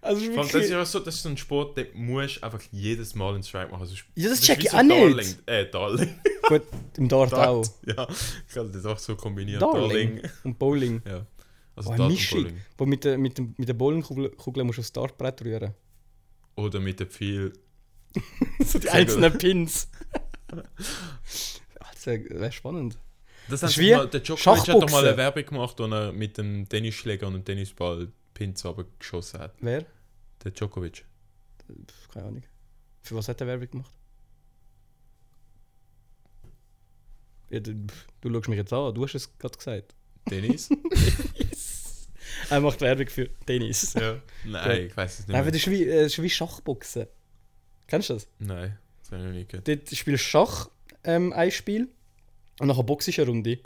S2: also
S1: Vor allem, das ist
S2: wirklich.
S1: ja so, das ist so ein Sport, den musst du einfach jedes Mal einen Strike machen. Also,
S2: Ja, das
S1: ist
S2: check
S1: wie
S2: ich
S1: so
S2: auch nicht.
S1: Darling, äh, Darling.
S2: Gut, im Dart auch.
S1: Ja, ich kann das auch so kombinieren.
S2: Darling.
S1: Darling.
S2: Und Bowling.
S1: Ja. Also Also
S2: Oh, eine
S1: Dart und
S2: Mischung.
S1: Bowling.
S2: Wo mit der, mit, dem, mit der Bowlingkugel Kugel musst du aufs Dartbrett rühren.
S1: Oder mit dem Pfeil.
S2: so die
S1: Sehr
S2: einzelnen Pins. Ah, das wäre spannend.
S1: Das
S2: Das
S1: hat
S2: ist wie
S1: mal, der Djokovic hat doch mal
S2: Schachboxen.
S1: eine Werbung gemacht, wo er mit dem Tennisschläger und dem Tennisball Pins geschossen hat.
S2: Wer?
S1: Der Djokovic.
S2: Pff, Keine Ahnung. Für was hat der Werbung gemacht? Ja, du, pff, du schaust mich jetzt an, du hast es gerade gesagt.
S1: Tennis?
S2: Er macht Werbung für Tennis.
S1: ja. Nein, ich weiß es nicht.
S2: Nein, aber
S1: Mehr.
S2: das ist wie, äh, das ist wie Schachboxen. Kennst du das?
S1: Nein, das habe ich noch nie gehört.
S2: Dort spielst du Schach ähm, ein Spiel und nachher boxst du eine Runde.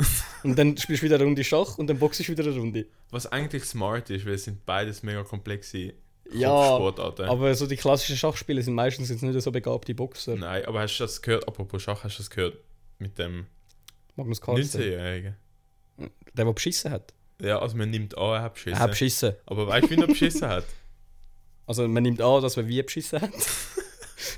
S2: und dann spielst du wieder eine Runde Schach und dann boxst du wieder eine Runde.
S1: Was eigentlich smart ist, weil es sind beides mega komplexe
S2: Ja,
S1: Sportarten.
S2: Aber so die klassischen Schachspiele sind meistens jetzt nicht so begabte Boxer.
S1: Nein, aber hast du das gehört, apropos Schach, hast du das gehört mit dem
S2: Magnus Carlsen.
S1: 19-Jährigen?
S2: Der, der beschissen hat.
S1: Ja, also man nimmt an, er hat beschissen.
S2: Er hat beschissen.
S1: aber weißt du, wie er beschissen hat?
S2: Also man nimmt an, dass man wie beschissen hat.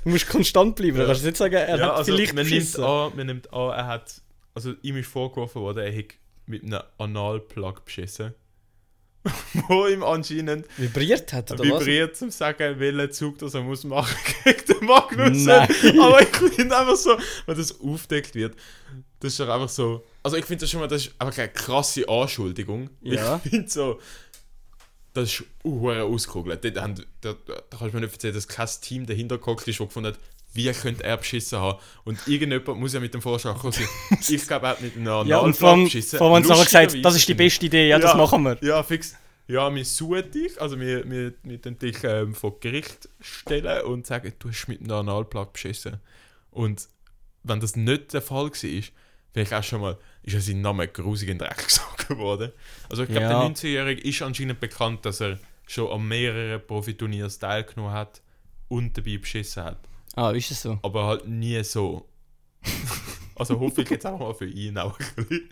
S2: du musst konstant bleiben, du kannst nicht sagen, er
S1: ja,
S2: hat
S1: also
S2: vielleicht
S1: man nimmt,
S2: beschissen.
S1: an, man nimmt an, er hat. Also ihm ist vorgeworfen worden, er hätte mit einem Analplug beschissen. Wo ihm anscheinend
S2: Vibriert hat, oder
S1: vibriert, zum sagen, welchen Zug das er muss machen gegen den Magnus.
S2: Nein.
S1: Aber ich finde einfach so, wenn das aufdeckt wird, das ist doch einfach so. Also ich finde das schon mal, das ist einfach eine krasse Anschuldigung.
S2: Ja.
S1: Ich finde so, das ist uhr ausgekugelt. Da, haben- da, da kannst du mir nicht erzählen, dass kein Team dahinter gehockt ist, das gefunden hat, wie könnte er beschissen haben. Und irgendjemand muss ja mit dem Vorschlag kommen. sein, ich glaube, er hat mit einer
S2: was? Ja, und
S1: Analplug
S2: vor allem
S1: beschissen.
S2: vor allem haben wir gesagt, das ist die
S1: Lustigerweise-
S2: beste Idee, ja, das machen wir.
S1: ja, fix. Ja, wir suchen dich, also wir, wir, wir tun dich ähm, vor Gericht stellen und sagen, du hast mit einem Analplug beschissen. Und wenn das nicht der Fall war, wäre ich auch schon mal, ist ja sein Name grusig in den Dreck gesogen worden. Also ich glaube,
S2: Ja.
S1: der 19-Jährige ist anscheinend bekannt, dass er schon an mehreren Profiturnieren teilgenommen hat und dabei beschissen hat.
S2: Ah, ist es so?
S1: Aber halt nie so. also hoffe ich jetzt auch mal für ihn auch ein bisschen.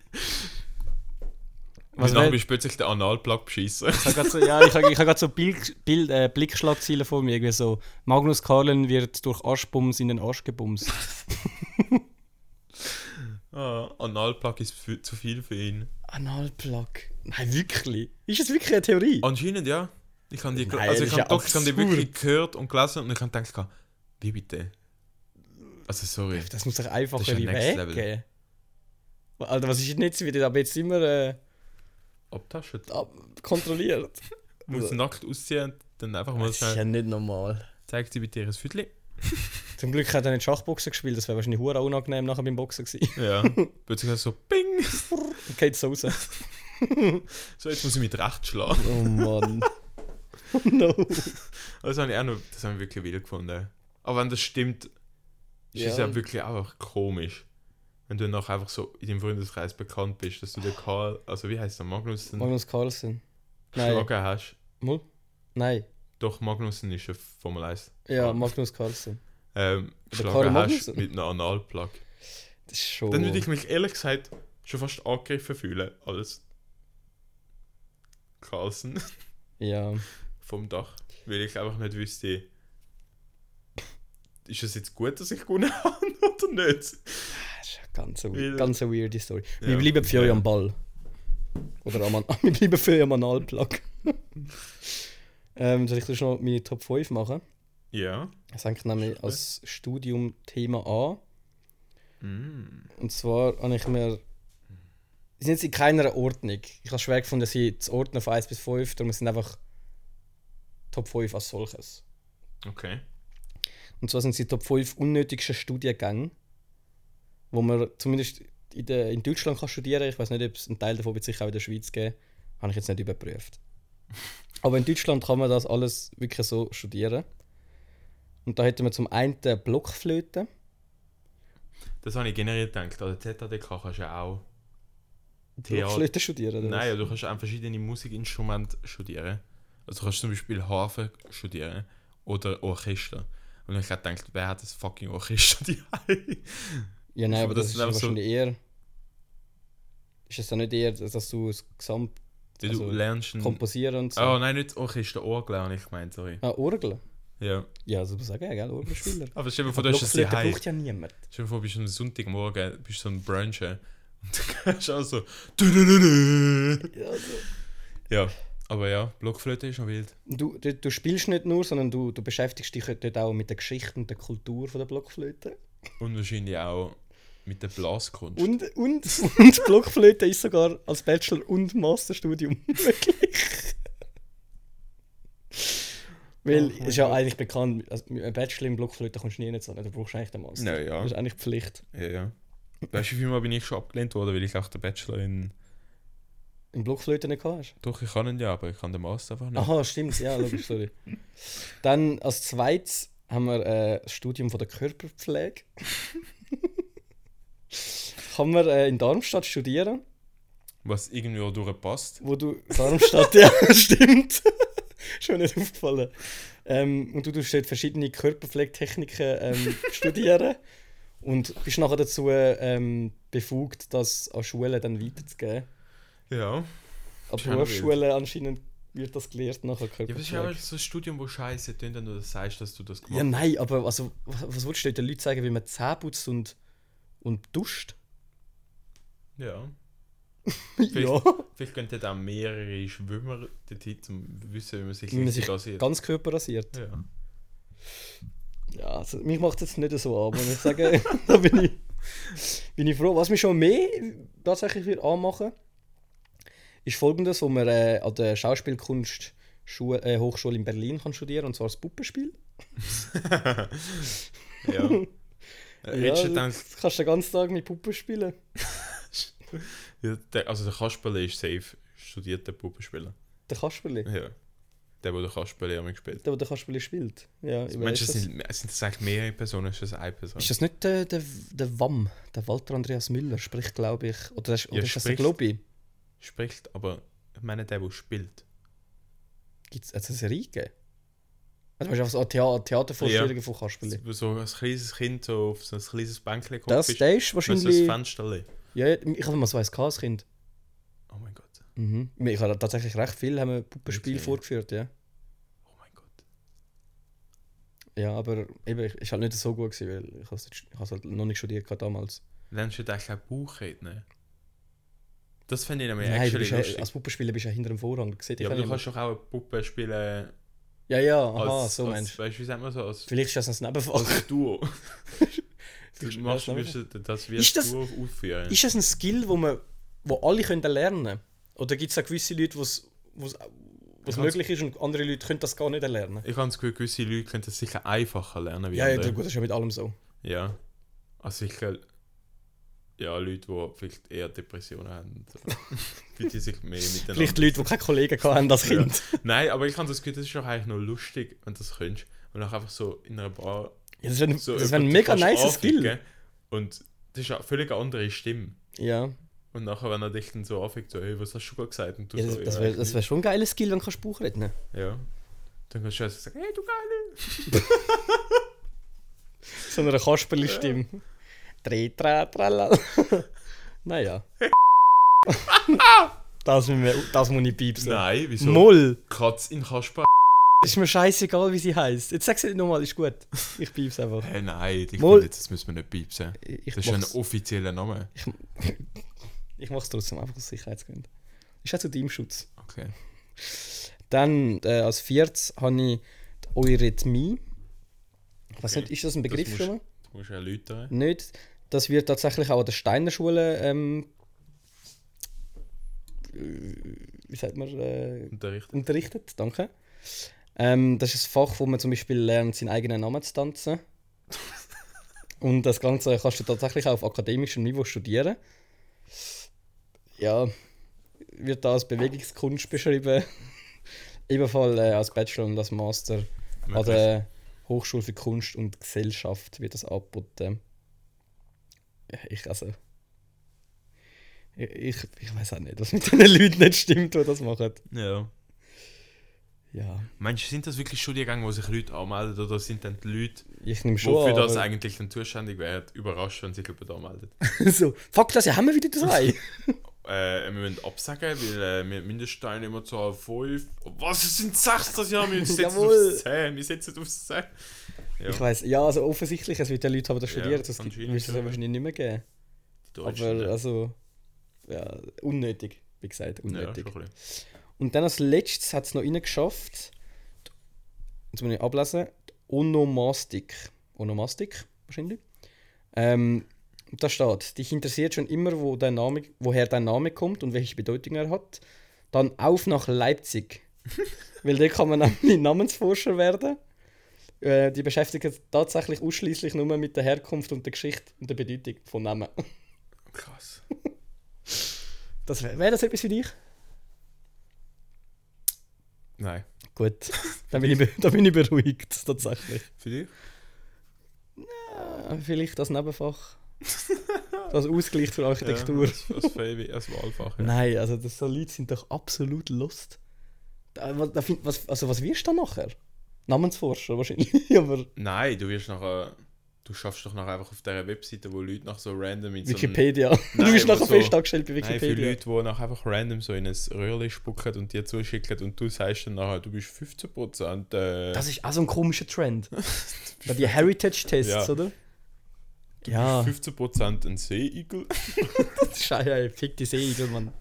S2: Was
S1: Weil dann
S2: wär-
S1: bist du plötzlich der Analplug beschissen.
S2: Ich habe gerade so, ja, ich hab, ich hab grad so Bild, Bild, äh, Blickschlagziele vor mir, irgendwie so, Magnus Carlen wird durch Arschbums in den Arsch gebumst.
S1: Ah, Analplug ist für, zu viel für ihn.
S2: Analplug. Nein, wirklich? Ist es wirklich eine Theorie?
S1: Anscheinend ja. Ich habe die, gel-
S2: Nein,
S1: also
S2: das
S1: ich
S2: ist
S1: habe
S2: ja
S1: doch, ich habe die
S2: absurd.
S1: wirklich gehört und gelesen und ich habe gedacht, gehabt, wie bitte? Also sorry.
S2: Das muss doch einfach
S1: Das ist ja
S2: ein
S1: Next
S2: Weg
S1: Level.
S2: geben. Alter, was ist denn jetzt wieder? Aber jetzt sind wir äh,
S1: Abtaschen.
S2: ab- kontrolliert.
S1: Muss nackt ausziehen und dann einfach mal
S2: Das ist
S1: schnell.
S2: Also- ja nicht normal.
S1: Zeigt sie bitte ihr Viertel.
S2: Zum Glück hat er nicht Schachboxen gespielt, das wäre wahrscheinlich hure unangenehm nachher beim Boxen gewesen.
S1: Ja. Plötzlich so, ping!
S2: Und geht so raus.
S1: So, jetzt muss ich mit rechts schlagen.
S2: Oh Mann. Oh no.
S1: Das habe ich auch noch, das habe ich wirklich wild gefunden. Aber wenn das stimmt, ist es
S2: Ja.
S1: ja wirklich einfach komisch. Wenn du noch einfach so in deinem Freundeskreis bekannt bist, dass du den Karl, also wie heißt der Magnus, den
S2: Magnus Carlsen. Nein.
S1: geschlagen hast.
S2: Mul? Nein.
S1: Doch, Magnussen ist ein Formel 1.
S2: Ja, Magnus Carlsen.
S1: Ähm,
S2: Der Karl
S1: geschlagen hast
S2: Magnussen? Oh.
S1: mit einem Analplug.
S2: Das ist schon.
S1: Dann würde ich mich ehrlich gesagt schon fast angegriffen fühlen als Carlsen
S2: ja.
S1: vom Dach. Weil ich einfach nicht wüsste, ist es jetzt gut, dass ich gewonnen habe oder nicht?
S2: Das ist eine ganz, eine
S1: Weil-
S2: weird, ganz eine weirde Story.
S1: Ja.
S2: Wir bleiben für euch am Ball. Oder am An Wir bleiben für euch am Analplug. ähm, soll ich das noch meine Top 5 machen?
S1: Ja.
S2: Das hängt nämlich als Studium-Thema an.
S1: Mm.
S2: Und zwar habe ich mir. Sie sind jetzt in keiner Ordnung. Ich habe schwer gefunden, sie zu ordnen von 1 bis 5, darum sind einfach Top 5 als solches.
S1: Okay.
S2: Und zwar sind sie die Top 5 unnötigsten Studiengänge, wo man zumindest in, der, in Deutschland kann studieren kann. Ich weiß nicht, ob es einen Teil davon wird sicher auch in der Schweiz geben. Habe ich jetzt nicht überprüft. Aber in Deutschland kann man das alles wirklich so studieren. Und da hätten wir zum einen Blockflöte.
S1: Das habe ich generell gedacht. Also, An der ZADK kannst du ja auch. Theater-
S2: Blockflöte studieren. oder
S1: Nein, also, du kannst auch verschiedene Musikinstrumente studieren. Also du kannst zum Beispiel Harfe studieren oder Orchester. Und ich habe gedacht, wer hat das fucking Orchester die
S2: was? Ja, nein,
S1: aber
S2: aber
S1: das
S2: das, ist
S1: sind einfach so-
S2: wahrscheinlich eher. Ist es dann nicht eher, dass du das Gesamt
S1: Du
S2: Also,
S1: lernst ein...
S2: komposieren und so?
S1: Oh nein, nicht Orchester, Orgel habe ich gemeint, sorry.
S2: Ah, Orgel?
S1: Ja.
S2: Ja, so muss ich sagen, gell? Orgelspieler.
S1: Aber stell dir vor, du hast es die
S2: Blockflöte braucht ja niemand.
S1: Stell dir vor, bist du am Sonntagmorgen, bist du so ein Brunchen und dann hörst du auch so... Dü -dü -dü -dü.
S2: Ja, also,
S1: Ja, aber ja, Blockflöte ist noch wild.
S2: Du, du, du spielst nicht nur, sondern du, du beschäftigst dich dort auch mit der Geschichte und der Kultur von der Blockflöte.
S1: Und wahrscheinlich auch mit der Blaskunst.
S2: Und, und, und Blockflöte ist sogar als Bachelor- und Masterstudium möglich. Weil
S1: Oh
S2: es
S1: mein
S2: ist ja
S1: Gott.
S2: eigentlich bekannt, also mit einem Bachelor in Blockflöte kannst du nie nicht sagen, du brauchst eigentlich den Master.
S1: Na ja.
S2: Das ist eigentlich Pflicht.
S1: Ja, ja. Weißt du, wie viel Mal bin ich schon abgelehnt worden, weil ich auch den Bachelor in.
S2: In Blockflöte nicht hast.
S1: Doch, ich kann ihn ja, aber ich kann den Master einfach nicht.
S2: Aha, stimmt, ja, logisch, sorry. Dann als zweites haben wir äh, das Studium von der Körperpflege. Kann man äh, in Darmstadt studieren,
S1: Was irgendwie auch durchpasst.
S2: wo du. Darmstadt, ja, stimmt. Schon nicht aufgefallen. Ähm, und du tust dort verschiedene Körperpflegetechniken ähm, studieren und bist nachher dazu ähm, befugt, das an Schulen dann weiterzugeben.
S1: Ja.
S2: An
S1: Ist ja noch wild.
S2: Berufsschulen anscheinend wird das gelehrt, nachher
S1: Ja, aber das ist
S2: Körperpflege.
S1: auch so ein Studium, wo scheiße tönt, wenn du das sagst, dass du das
S2: Ja,
S1: gemacht hast.
S2: nein, aber also, was was willst du den Leuten sagen, wie man Zähne putzt und, und duscht?
S1: Ja.
S2: ja,
S1: Vielleicht könnten auch mehrere Schwimmer dorthin, um wissen, wie man sich
S2: wie man
S1: richtig
S2: sich
S1: rasiert.
S2: ganz Körper rasiert.
S1: Ja.
S2: Ja, also, mich macht es jetzt nicht so an, muss ich sagen. da bin ich, bin ich froh. Was mich schon mehr tatsächlich wird anmachen ist folgendes, wo man äh, an der Schauspielkunst äh, Hochschule in Berlin kann studieren und zwar das Puppenspiel.
S1: ja. Äh, Hättest du gedacht,
S2: das kannst du den ganzen Tag mit Puppen spielen.
S1: ja, der, also der Kasperle ist safe, studiert der Puppenspieler.
S2: Der Kasperli.
S1: Ja. Der, der den Kasperle einmal gespielt
S2: Der, der den Kasperli spielt. Ja,
S1: hat.
S2: ich weiss
S1: Meinst du,
S2: das.
S1: das sind, sind das eigentlich mehrere Personen, ist das eine Person?
S2: Ist das nicht der, der, der WAM, der Walter Andreas Müller, spricht, glaube ich. Oder, ist, oder ist das der
S1: spricht.
S2: Globi?
S1: Spricht, aber ich meine der, der spielt.
S2: Gibt's, hat es eine Serie gegeben? Also, weißt du, was an Thea Theatervorstellungen von Kasperli?
S1: So ein kleines Kind so auf so ein kleines Bänkchen
S2: Das,
S1: gehockt ist,
S2: der ist
S1: mit so ein
S2: wahrscheinlich.
S1: Fensterli.
S2: Ja, ja, ich habe mal so eins gehabt als Kind.
S1: Oh mein Gott.
S2: Mhm. Ich habe tatsächlich recht viel haben wir Puppenspiel
S1: Okay.
S2: vorgeführt, ja.
S1: Oh mein Gott.
S2: Ja, aber eben, ich- ist halt nicht so gut gewesen, weil ich habe es nicht- ich habe es halt noch nicht studiert gehabt damals.
S1: Lernst du da eigentlich auch Bauch reden? ne? Das finde ich nämlich
S2: Nein, du
S1: actually
S2: bist ja,
S1: lustig.
S2: als Puppenspieler bist du ja hinter dem Vorhang. Das sehe
S1: ja,
S2: ich
S1: aber du
S2: ja,
S1: kannst doch auch eine Puppe spielen
S2: ja, ja, aha,
S1: als,
S2: so
S1: als
S2: meinst du.
S1: weißt du, wie sagt man so, als,
S2: Vielleicht ist das ein Nebenfach.
S1: als Duo. du machst,
S2: Ja,
S1: wirst du das wie ein
S2: Ist das-
S1: Duo aufführen.
S2: Ist das ein Skill, wo, man, wo alle können lernen können? Oder gibt es auch gewisse Leute, wo's, wo's, wo's
S1: kann's-
S2: möglich ist und andere Leute können das gar nicht erlernen?
S1: Ich habe das Gefühl, gewisse Leute können das sicher einfacher lernen wie
S2: Ja, ja,
S1: andere.
S2: gut, das ist ja mit allem so.
S1: Ja. Also sicher ja, Leute, die vielleicht eher Depressionen haben. und So. Wie die sich mehr miteinander.
S2: Vielleicht Leute, die keine Kollegen gehabt haben als
S1: Ja.
S2: Kind.
S1: Nein, aber ich habe das Gefühl, das ist doch eigentlich noch lustig, wenn du das könntest. Und auch einfach so in einer Bar.
S2: Ja, das wäre
S1: So
S2: das wär ein
S1: jemanden
S2: mega
S1: kannst
S2: nice Skill.
S1: anficken. Und das ist eine völlig andere Stimme.
S2: Ja,
S1: Und nachher, wenn er dich dann so anfängt, so, hey, was hast du gerade gesagt? Und du
S2: ja das,
S1: so,
S2: das
S1: ja,
S2: wäre
S1: ich
S2: das wär schon ein geiler Skill, wenn du kannst Buch reden
S1: nicht. Ja. Dann kannst du also sagen, hey, du Geile!
S2: So eine Kasperli-Stimme. Dreh, tra, tralala. naja. das, müssen wir- das muss ich piepsen.
S1: Nein, wieso?
S2: Moll!
S1: Katz in Kasper.
S2: Ist mir scheißegal, wie sie heißt. Jetzt sag sie nicht nochmal, ist gut. Ich piep's einfach.
S1: Hey, nein, ich
S2: Mol-
S1: finde jetzt, das müssen wir nicht piepsen.
S2: Ich
S1: Das ist ein
S2: mach's,
S1: offizieller Name.
S2: ich mach's trotzdem einfach aus Sicherheitsgründen. Ist auch zu deinem Schutz.
S1: Okay.
S2: Dann äh, als viertes habe ich die Eurythmie. Ich weiß
S1: Okay.
S2: nicht, ist das ein Begriff
S1: musst-
S2: schon mal?
S1: Du musst erläutern.
S2: Nicht. Das wird tatsächlich auch an der Steiner Schule. Ähm, äh, wie sagt man? Äh,
S1: Unterricht.
S2: unterrichtet. Danke. Ähm, das ist ein Fach, wo man zum Beispiel lernt, seinen eigenen Namen zu tanzen. Und das Ganze kannst du tatsächlich auch auf akademischem Niveau studieren. Ja, wird da als Bewegungskunst beschrieben. Ebenfalls äh, als Bachelor und als Master an
S1: Möglich.
S2: der Hochschule für Kunst und Gesellschaft wird das angeboten. Ja, Ich also. Ich, ich, ich weiß auch nicht, was mit den Leuten nicht stimmt, die das machen.
S1: Ja.
S2: Ja,
S1: Meinst du, sind das wirklich Studiengänge, wo sich Leute anmelden? Oder sind dann die Leute,
S2: ich nehme schon
S1: wofür
S2: an,
S1: das
S2: aber-
S1: eigentlich dann zuständig wäre, überrascht, wenn sich jemand anmeldet?
S2: so, fuck das, ja, haben wir wieder drei.
S1: Äh, wir müssen absagen, weil äh, wir Mindestteilnehmer zu 5. Was? Es sind 6 das Jahr, wir setzen
S2: Jawohl.
S1: auf 10. Wir setzen auf 10. Ja.
S2: Ich weiß, ja, also offensichtlich, es wird ja Leute haben, die das
S1: Ja,
S2: studieren, das gibt-
S1: anscheinend
S2: würde es ja
S1: schon.
S2: wahrscheinlich nicht mehr geben.
S1: Die Deutschen.
S2: Aber also, ja, unnötig, wie gesagt,
S1: ja, ja,
S2: unnötig.
S1: schon ein bisschen.
S2: Und dann als letztes hat es noch reingeschafft. Jetzt muss ich ablesen. die Onomastik. Onomastik, wahrscheinlich. Ähm, und da steht, dich interessiert schon immer, wo dein Name, woher dein Name kommt und welche Bedeutung er hat. Dann auf nach Leipzig. Weil da kann man nämlich Namensforscher werden. Äh, die beschäftigen sich tatsächlich ausschließlich nur mit der Herkunft und der Geschichte und der Bedeutung von Namen.
S1: Krass.
S2: Das wäre wär das etwas für dich?
S1: Nein.
S2: Gut, dann bin ich, be- dann bin ich beruhigt, tatsächlich.
S1: Für dich?
S2: Äh, vielleicht das Nebenfach. Das Ausgleich für Architektur.
S1: Ja, als, als Favorit, als Wahlfach. Ja.
S2: Nein, also das, so Leute sind doch absolut lost. Da, was, da find, was, also was wirst du da nachher? Namensforscher wahrscheinlich, aber
S1: Nein, du wirst nachher. Du schaffst doch nachher einfach auf dieser Webseite, wo Leute nach so random in so einem-
S2: Wikipedia.
S1: Nein,
S2: du bist
S1: aber
S2: nachher
S1: so-
S2: fest angestellt bei
S1: Nein, für
S2: Wikipedia.
S1: Leute, die nachher einfach random so in ein Röhrchen spucken und dir zuschicken und du sagst dann nachher, du bist 15%. Äh,
S2: das ist auch so ein komischer Trend.
S1: du bist
S2: Die Heritage-Tests,
S1: Ja.
S2: oder?
S1: du
S2: ja.
S1: bist 15% ein Seeigel.
S2: Scheiße, fick die Seeigel, Mann.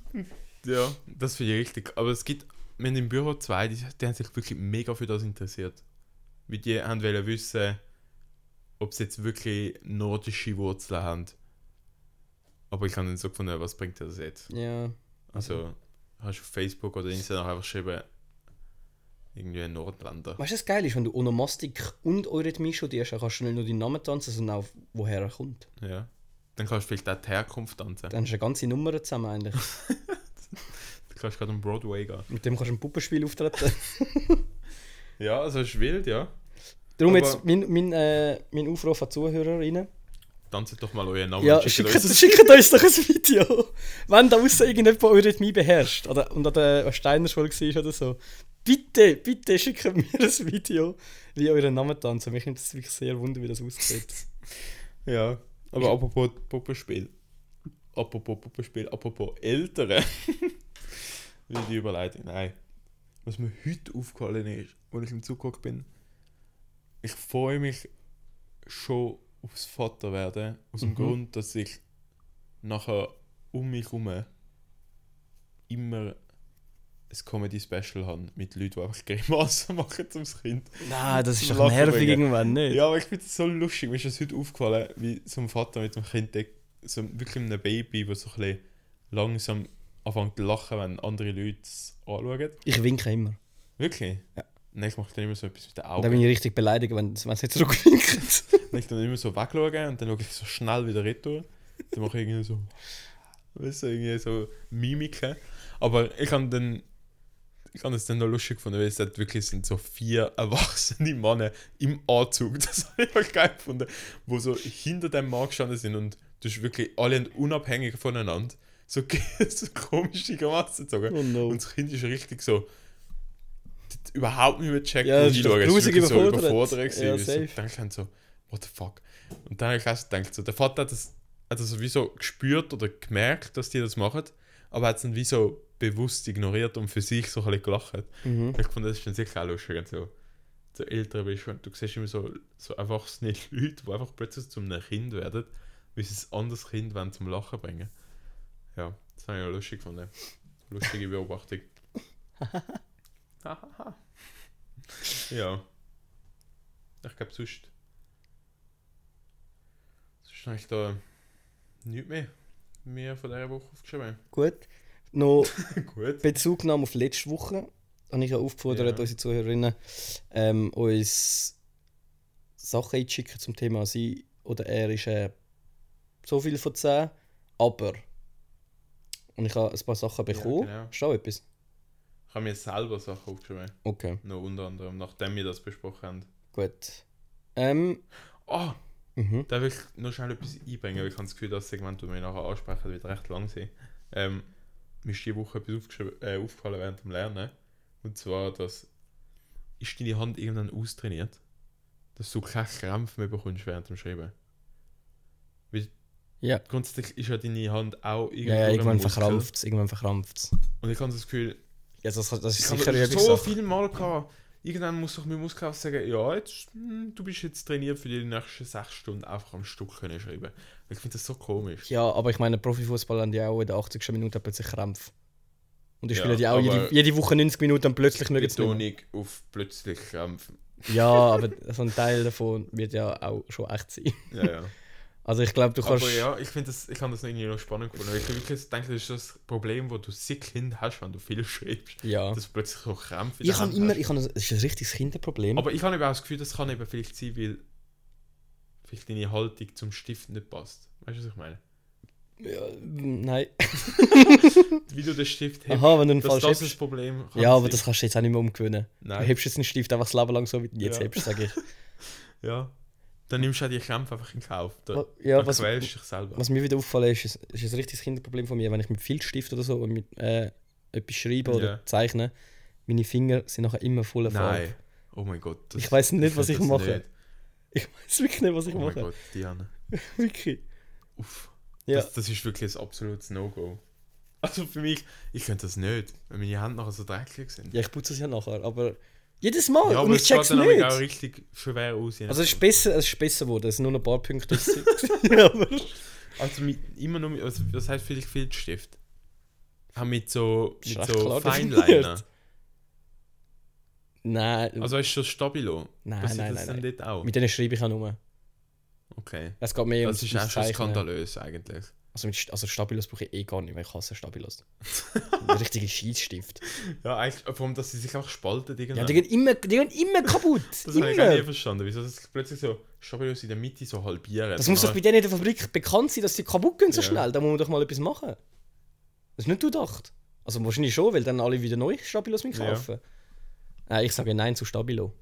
S1: ja, das finde ich richtig. Aber es gibt, wir haben im Büro zwei, die, die haben sich wirklich mega für das interessiert. Weil die haben wollen wissen, ob sie jetzt wirklich nordische Wurzeln haben. Aber ich habe dann so gefunden, was bringt das jetzt?
S2: Ja.
S1: Also, hast du auf Facebook oder Insta nachher einfach geschrieben, irgendwie ein Nordländer.
S2: Weißt du, was geil ist, wenn du Onomastik und Eurythmie studierst, dann kannst du nicht nur deinen Namen tanzen, sondern auch, woher er kommt.
S1: Ja. Dann kannst du vielleicht auch die Herkunft tanzen.
S2: Dann hast du eine ganze Nummer zusammen eigentlich.
S1: Du kannst gerade am Broadway gehen.
S2: Mit dem kannst du ein Puppenspiel auftreten.
S1: Ja, also ist wild, ja.
S2: Darum
S1: Aber-
S2: jetzt mein, mein, äh, mein Aufruf an die ZuhörerInnen.
S1: Tanzt doch mal euren Namen.
S2: ja,
S1: und schickt
S2: Oh, schickt,
S1: uns-
S2: schickt uns doch ein Video. Wenn da aussen irgendjemand Eurythmie beherrscht oder, und an der Steinerschule war oder so. Bitte, bitte schickt mir ein Video, wie euren Namen tanzen. Mich nimmt das wirklich sehr wunder, wie das aussieht.
S1: Ja, aber apropos Puppenspiel. Apropos Puppenspiel, apropos Ältere. Wie die Überleitung, nein. Was mir heute aufgefallen ist, als ich im Zug bin, ich freue mich schon aufs Vaterwerden, aus dem
S2: Mhm.
S1: Grund, dass ich nachher um mich herum immer ein Comedy-Special habe mit Leuten, die einfach Grimassen machen zum Kind.
S2: Nein, das ist
S1: Lass
S2: doch nervig
S1: bringen.
S2: irgendwann, nicht?
S1: Ja, aber ich finde es so lustig. Mir ist das heute aufgefallen, wie so ein Vater mit dem Kind, der- so wirklich einem Baby, das so ein bisschen langsam anfängt zu lachen, wenn andere Leute es anschauen.
S2: Ich winke immer.
S1: Wirklich?
S2: Ja.
S1: Nein, ich mache dann immer so etwas mit den
S2: Da
S1: Augen.
S2: bin ich richtig beleidigt, wenn es nicht zurückwinkt.
S1: Dann ich dann immer so wegschauen und dann schaue ich so schnell wieder retour. Dann mache ich irgendwie so, weißt du, irgendwie so Mimiken. Aber ich habe dann, ich habe es dann noch lustig gefunden, weil es halt wirklich sind so vier erwachsene Männer im Anzug, das habe ich auch geil gefunden, wo so hinter dem Mann gestanden sind und du hast wirklich alle haben unabhängig voneinander so, so komische Grimassen gezogen.
S2: Oh no.
S1: Und das Kind ist richtig so überhaupt nicht mehr checkt,
S2: Ja,
S1: wo
S2: das
S1: die
S2: ist doch
S1: schauen. Es
S2: grusig
S1: wirklich so
S2: überfordert.
S1: überfordert.
S2: Ja,
S1: gewesen.
S2: safe.
S1: Ich so gedacht habe so, what the fuck. Und dann habe ich erst gedacht, so, der Vater hat das, hat das wie so gespürt oder gemerkt, dass die das machen, aber hat es dann wie so bewusst ignoriert und für sich so ein bisschen gelacht.
S2: Mhm.
S1: Ich fand, das ist dann sicher auch lustig, wenn du so, so älter bist und du siehst immer so, so erwachsene Leute, die einfach plötzlich zu einem Kind werden, weil sie ein anderes Kind wollen zum Lachen bringen. Ja, das habe ich auch lustig gefunden. Lustige Beobachtung. ja. Ich glaube, sonst. Sonst habe ich da nichts mehr, mehr von dieser Woche aufgeschrieben.
S2: Gut. Noch
S1: Gut.
S2: Bezugnahme auf letzte Woche habe ich ja aufgefordert,
S1: Ja.
S2: unsere Zuhörerinnen, ähm, uns Sachen einzuschicken zum Thema «Sie oder er ist äh, so viel von 10, aber...» Und ich habe ein paar Sachen bekommen.
S1: genau.
S2: Ist da etwas?
S1: Ich habe mir selber Sachen aufgeschrieben.
S2: Okay,
S1: Noch unter anderem, nachdem wir das besprochen haben.
S2: gut. Ähm,
S1: Ah,
S2: mhm.
S1: da will ich noch schnell etwas einbringen, weil ich habe das Gefühl, das Segment, das wir nachher ansprechen, wird recht lang sein. Ähm, mir ist diese Woche etwas aufgeschrieben- äh, aufgefallen während dem Lernen. Und zwar, dass ist deine Hand irgendwann austrainiert, dass du keine Krämpfe mehr bekommst während dem Schreiben. Weil
S2: Ja.
S1: grundsätzlich ist ja deine Hand auch
S2: Ja, ja,
S1: ein
S2: irgendwann
S1: Muskel.
S2: verkrampft es, irgendwann verkrampft es.
S1: Und ich habe das Gefühl,
S2: Ja, das, das
S1: ich
S2: ist
S1: habe
S2: sicher
S1: das
S2: eine
S1: so
S2: Sache.
S1: viele Mal gehabt. Irgendwann muss doch mein Muskel auch sagen, ja, jetzt, hm, du bist jetzt trainiert für die nächsten sechs Stunden einfach am Stück können schreiben. Ich finde das so komisch.
S2: Ja, aber ich meine, Profifußball haben ja auch in den 80. Minute plötzlich Krämpfe. Und ich
S1: Ja,
S2: spiele die auch jede,
S1: aber-
S2: jede Woche 90 Minuten und plötzlich mögen sie nicht.
S1: Betonung auf plötzlich ähm, kämpfen.
S2: mehr. Ja, aber so ein Teil davon wird ja auch schon echt sein.
S1: Ja, ja.
S2: Also ich glaube, du kannst.
S1: Aber ja, ich finde das, ich habe das irgendwie noch spannend gefunden. weil Ich wirklich denke, das ist das Problem, das du sick Kind hast, wenn du viel schreibst,
S2: Ja.
S1: dass du plötzlich so Krämpfe in
S2: Ich
S1: der
S2: habe
S1: Hand
S2: immer,
S1: hast.
S2: ich habe, das ist ein richtiges Kinderproblem.
S1: Aber ich habe eben auch das Gefühl, das kann eben vielleicht sein, weil vielleicht deine Haltung zum Stift nicht passt. Weißt du, was ich meine?
S2: ja, nein.
S1: Wie du den Stift hebst,
S2: Aha, wenn du einen
S1: dass
S2: falsch
S1: das das
S2: hebst.
S1: Problem kann
S2: Ja, aber
S1: sein.
S2: das kannst du jetzt auch nicht mehr umgewöhnen. Du
S1: Nein.
S2: hebst jetzt einen Stift einfach das Leben lang so, wie du ihn jetzt
S1: Ja.
S2: hebst, sage ich.
S1: Ja. Dann nimmst du auch die Kämpfe einfach in Kauf. Da,
S2: Wa- Ja,
S1: dann
S2: was,
S1: quälst du dich selber.
S2: was mir wieder auffällt, ist, ist, ist ein richtiges Kinderproblem von mir, wenn ich mit viel Stift oder so und mit äh, etwas schreibe
S1: Ja.
S2: oder zeichne, meine Finger sind nachher immer voller Farbe.
S1: Nein. Oh mein Gott. das-
S2: Ich weiß nicht, was ich
S1: das
S2: mache.
S1: nicht.
S2: Ich weiß wirklich nicht, was ich
S1: Oh mein
S2: mache.
S1: Gott, Diana.
S2: Wirklich.
S1: Uff.
S2: Ja.
S1: Das, das ist wirklich ein absolutes No-Go. Also für mich, ich könnte das nicht, wenn meine Hände nachher so dreckig sind.
S2: Ja, ich putze es ja nachher, aber jedes Mal. und ich
S1: es sieht
S2: check's
S1: dann nämlich
S2: nicht.
S1: auch richtig schwer aus.
S2: Also es ist besser, es ist besser geworden. Es sind nur noch ein paar Punkte. die es sind. ja, aber
S1: Also mit, immer nur mit, also das heißt vielleicht Filzstift. Haben mit so,
S2: Ist
S1: mit
S2: recht
S1: so
S2: klar
S1: Feinliner.
S2: definiert. nein,
S1: Also ist schon Stabilo.
S2: nein,
S1: Passiert
S2: nein,
S1: das
S2: nein,
S1: dann
S2: nein.
S1: dort auch?
S2: Mit denen schreibe ich auch nur.
S1: okay.
S2: Es geht mehr
S1: Das
S2: ums-
S1: ist auch
S2: ums
S1: schon
S2: Zeichnen.
S1: skandalös eigentlich.
S2: Also, mit, St- also Stabilos brauche ich eh gar nicht, weil ich hasse Stabilos. Ein richtiger Scheißstift.
S1: Ja, eigentlich, vor allem, dass sie sich einfach spalten.
S2: Ja,
S1: Irgendwann.
S2: die gehen immer, die gehen immer kaputt.
S1: das habe ich gar nicht
S2: immer.
S1: verstanden. Wieso das plötzlich so Stabilos in der Mitte so halbieren?
S2: Das muss doch bei denen in der Fabrik bekannt sein, dass die kaputt gehen so
S1: Ja.
S2: schnell. Da muss man doch mal etwas machen. Das ist nicht du gedacht. Also wahrscheinlich schon, weil dann alle wieder neu Stabilos müssen
S1: Ja.
S2: kaufen. Nein, ich sage Nein zu Stabilo.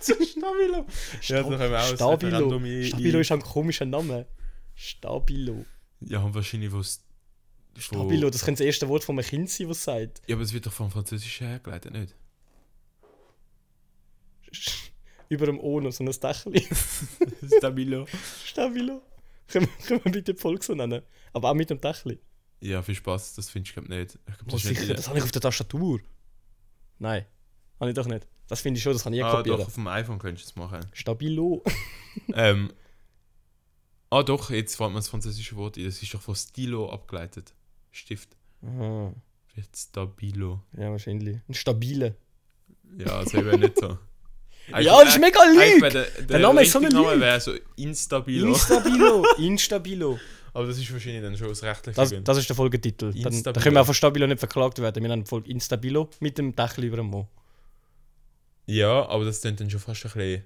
S1: zu Stabilo. Ja, da können wir auch ein
S2: Stabilo.
S1: Referendum ein-
S2: Stabilo
S1: ein-
S2: ist ein komischer Name. Stabilo.
S1: Ja, und wahrscheinlich, wo es. wo-
S2: Stabilo, das könnte das erste Wort von einem Kind sein, was sagt.
S1: Ja, aber es wird doch vom Französischen hergeleitet, nicht?
S2: Über dem O noch so ein Dächli.
S1: Stabilo.
S2: Stabilo. Können wir, können wir bitte die Folge so nennen? Aber auch mit dem Dächli.
S1: Ja, viel Spaß, das findest du glaub, nicht. Ich glaub,
S2: Oh,
S1: das ist
S2: sicher,
S1: nicht
S2: das habe ich auf der Tastatur. Nein, habe ich doch nicht. Das finde ich schon, das kann ich
S1: ah,
S2: kopieren.
S1: doch, auf dem iPhone könntest du es machen.
S2: Stabilo.
S1: ähm. Ah, doch, jetzt fällt mir das französische Wort ein. Das ist doch von Stilo abgeleitet. Stift.
S2: Aha,
S1: Wird Stabilo.
S2: ja, wahrscheinlich. Ein stabile.
S1: Ja, also eben nicht so.
S2: ja, das ist mega
S1: eigentlich wäre
S2: Lüge!
S1: der, der,
S2: Der Name ist so eine
S1: richtige Name
S2: Lüge.
S1: wäre so Instabilo.
S2: Instabilo. Instabilo.
S1: aber das ist wahrscheinlich dann schon aus rechtlichen
S2: Das,
S1: Gründen.
S2: das ist der Folgetitel. Dann, da
S1: Instabilo.
S2: können wir auch von Stabilo nicht verklagt werden. Wir haben Folge Instabilo mit dem Dächli über dem Mo.
S1: Ja, aber das klingt dann schon fast ein bisschen.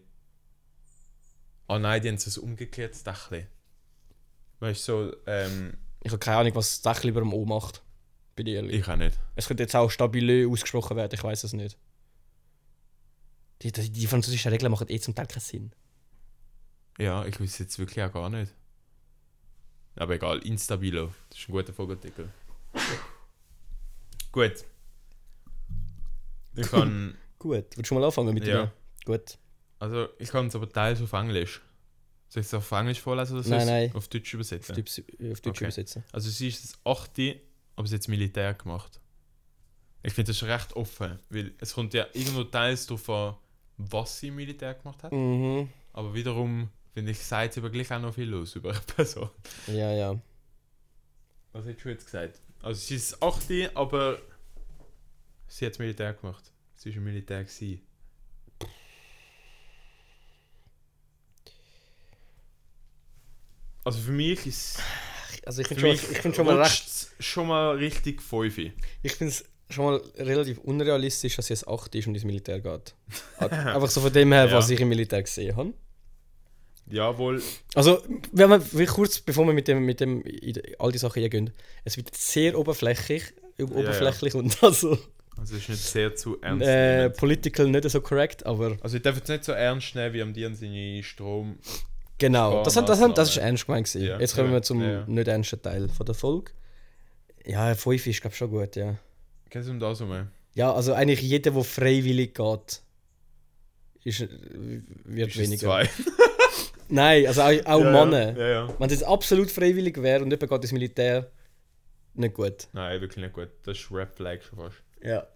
S1: Ah nein, die haben so ein umgekehrtes Dächli. Weißt du, so, ähm,
S2: Ich habe keine Ahnung, was das Dächli über dem O macht. Bin ich ehrlich.
S1: ich auch nicht.
S2: Es könnte jetzt auch Stabilö ausgesprochen werden, ich weiß es nicht. Die, die, die französischen Regeln machen eh zum Teil keinen Sinn.
S1: Ja, ich weiß jetzt wirklich auch gar nicht. Aber egal, Instabilo. Das ist ein guter Vogelartikel. Gut. Ich kann.
S2: Gut, willst du mal anfangen mit
S1: Ja.
S2: dem? Gut.
S1: Also, ich kann es aber teils auf Englisch. Soll ich es auf Englisch vorlesen oder soll
S2: Nein,
S1: ich's
S2: nein.
S1: auf Deutsch
S2: Auf,
S1: übersetzen?
S2: Deutsch, auf Deutsch
S1: Okay.
S2: übersetzen.
S1: Also sie ist das 8. aber sie hat das Militär gemacht. Ich finde das recht offen, weil es kommt ja irgendwo teils darauf an, was sie im Militär gemacht hat.
S2: Mhm.
S1: Aber wiederum, finde ich, sagt es aber gleich auch noch viel los über eine Person.
S2: Ja, ja.
S1: Was hättest du jetzt gesagt? Also sie ist das 8. aber sie hat das Militär gemacht. Sie ist im Militär gewesen. Also für mich ist
S2: Also ich
S1: für
S2: finde schon,
S1: mich
S2: ich find schon mal recht.
S1: rutscht's schon mal richtig Fäufi.
S2: Ich finde es schon mal relativ unrealistisch, dass sie jetzt 8 ist und ins Militär geht. Einfach so von dem her,
S1: Ja.
S2: was ich im Militär gesehen habe.
S1: Jawohl,
S2: Also, wenn man will kurz, bevor wir mit dem, mit dem in die- all die Sachen eingehen, es wird sehr oberflächlich, oberflächlich und also
S1: Also es ist nicht sehr zu ernst.
S2: äh,
S1: nehmen.
S2: political nicht so correct, aber
S1: also ich darf jetzt nicht so ernst nehmen, wie am Dian seine Strom.
S2: genau. Das, hat, das, hat, das ist ernst gemeint. gewesen.
S1: Ja,
S2: Jetzt kommen wir
S1: eben,
S2: zum
S1: ja, ja.
S2: nicht ernsten Teil von der Folge. Ja, 5 ist glaube ich schon gut, ja.
S1: Kennst du um das herum?
S2: Ja, also eigentlich jeder, der freiwillig geht, ist, äh, wird
S1: Ist es
S2: weniger.
S1: Zwei.
S2: Nein, also auch, auch
S1: ja,
S2: Männer.
S1: Ja, ja. ja.
S2: Wenn es jetzt absolut freiwillig wäre und jemand geht ins Militär, nicht gut.
S1: Nein, wirklich nicht gut. Das ist Red Flag schon fast.
S2: Ja.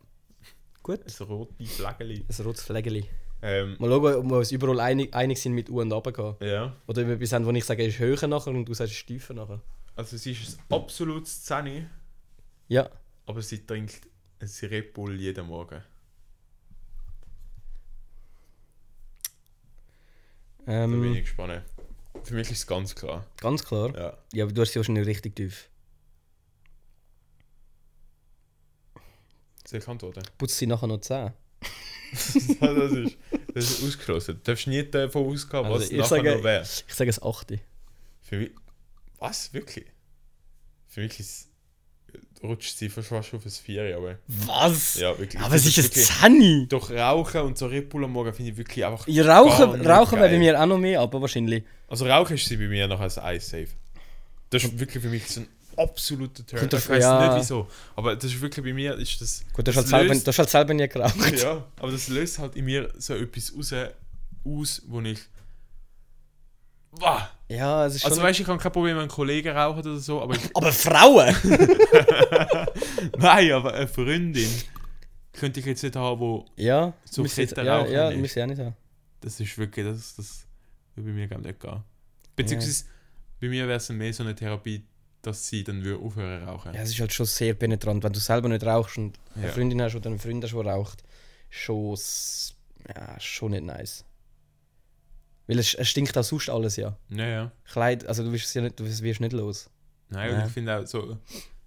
S2: Gut.
S1: Das rote Flaggeli.
S2: Ein rotes Flägeli.
S1: Ähm,
S2: Mal schauen, ob wir uns überall einig, einig sind mit U und runtergehen.
S1: ja.
S2: Oder ob wir etwas haben, wo ich sage, ist höher nachher und du sagst, ist tiefer nachher.
S1: Also sie ist ein absolutes Zeni,
S2: Ja.
S1: Aber sie trinkt ein Red Bull jeden Morgen. Da bin
S2: Ähm,
S1: ich gespannt. Für mich ist es ganz klar.
S2: ganz klar.
S1: Ja.
S2: Ja, aber du hast sie wahrscheinlich richtig tief.
S1: Soll ich antworten?
S2: Putzt sie nachher noch 10.
S1: Ja, das, ist, das ist ausgeschlossen. Du darfst nie davon ausgehen, was
S2: Also, ich
S1: nachher
S2: sage-
S1: noch wäre.
S2: Ich sage es 8.
S1: Für mich. Was? Wirklich? Für mich ist. rutscht sie fast fast auf ein Vier, aber.
S2: Was?
S1: Ja, wirklich.
S2: aber es ist ein
S1: wirklich-
S2: Zanni!
S1: Doch Rauchen und so Red Bull am Morgen finde ich wirklich einfach.
S2: Ja, Rauchen,
S1: nicht
S2: Rauchen wäre bei
S1: geil.
S2: mir auch noch mehr, aber wahrscheinlich.
S1: Also Rauchen ist sie bei mir noch als Eis safe. Das ist wirklich für mich so ein absoluter Turn.
S2: Kommt
S1: Ich
S2: drauf-
S1: weiß
S2: ja.
S1: nicht wieso. Aber das ist wirklich bei mir ist das.
S2: Gut, du hast, halt
S1: das
S2: selber,
S1: löst-
S2: du hast halt selber nie geraucht.
S1: Ja, aber das löst halt in mir so etwas raus, aus, wo ich. Wow.
S2: Ja, es ist schon.
S1: Also weißt du, ich habe kein Problem, wenn Kollegen rauchen oder so, aber ich
S2: aber Frauen!
S1: Nein, aber eine Freundin könnte ich jetzt nicht haben, wo.
S2: ja,
S1: So
S2: müssen jetzt,
S1: fette
S2: ja,
S1: Raucher
S2: ja,
S1: nicht.
S2: müssen ja nicht haben.
S1: Das ist wirklich, das, das würde bei mir gar nicht gehen. Beziehungsweise bei mir wäre es dann mehr so eine Therapie, dass sie dann würde aufhören rauchen.
S2: Ja, es ist halt schon sehr penetrant, wenn du selber nicht rauchst und eine
S1: Ja.
S2: Freundin hast oder einen Freund hast, der raucht. Schon. s- Ja, schon nicht nice. Weil es, es stinkt auch sonst alles ja.
S1: Ja, ja.
S2: Kleid, also du wirst es ja nicht, du wirst nicht los.
S1: Nein,
S2: Ja.
S1: und ich finde auch so,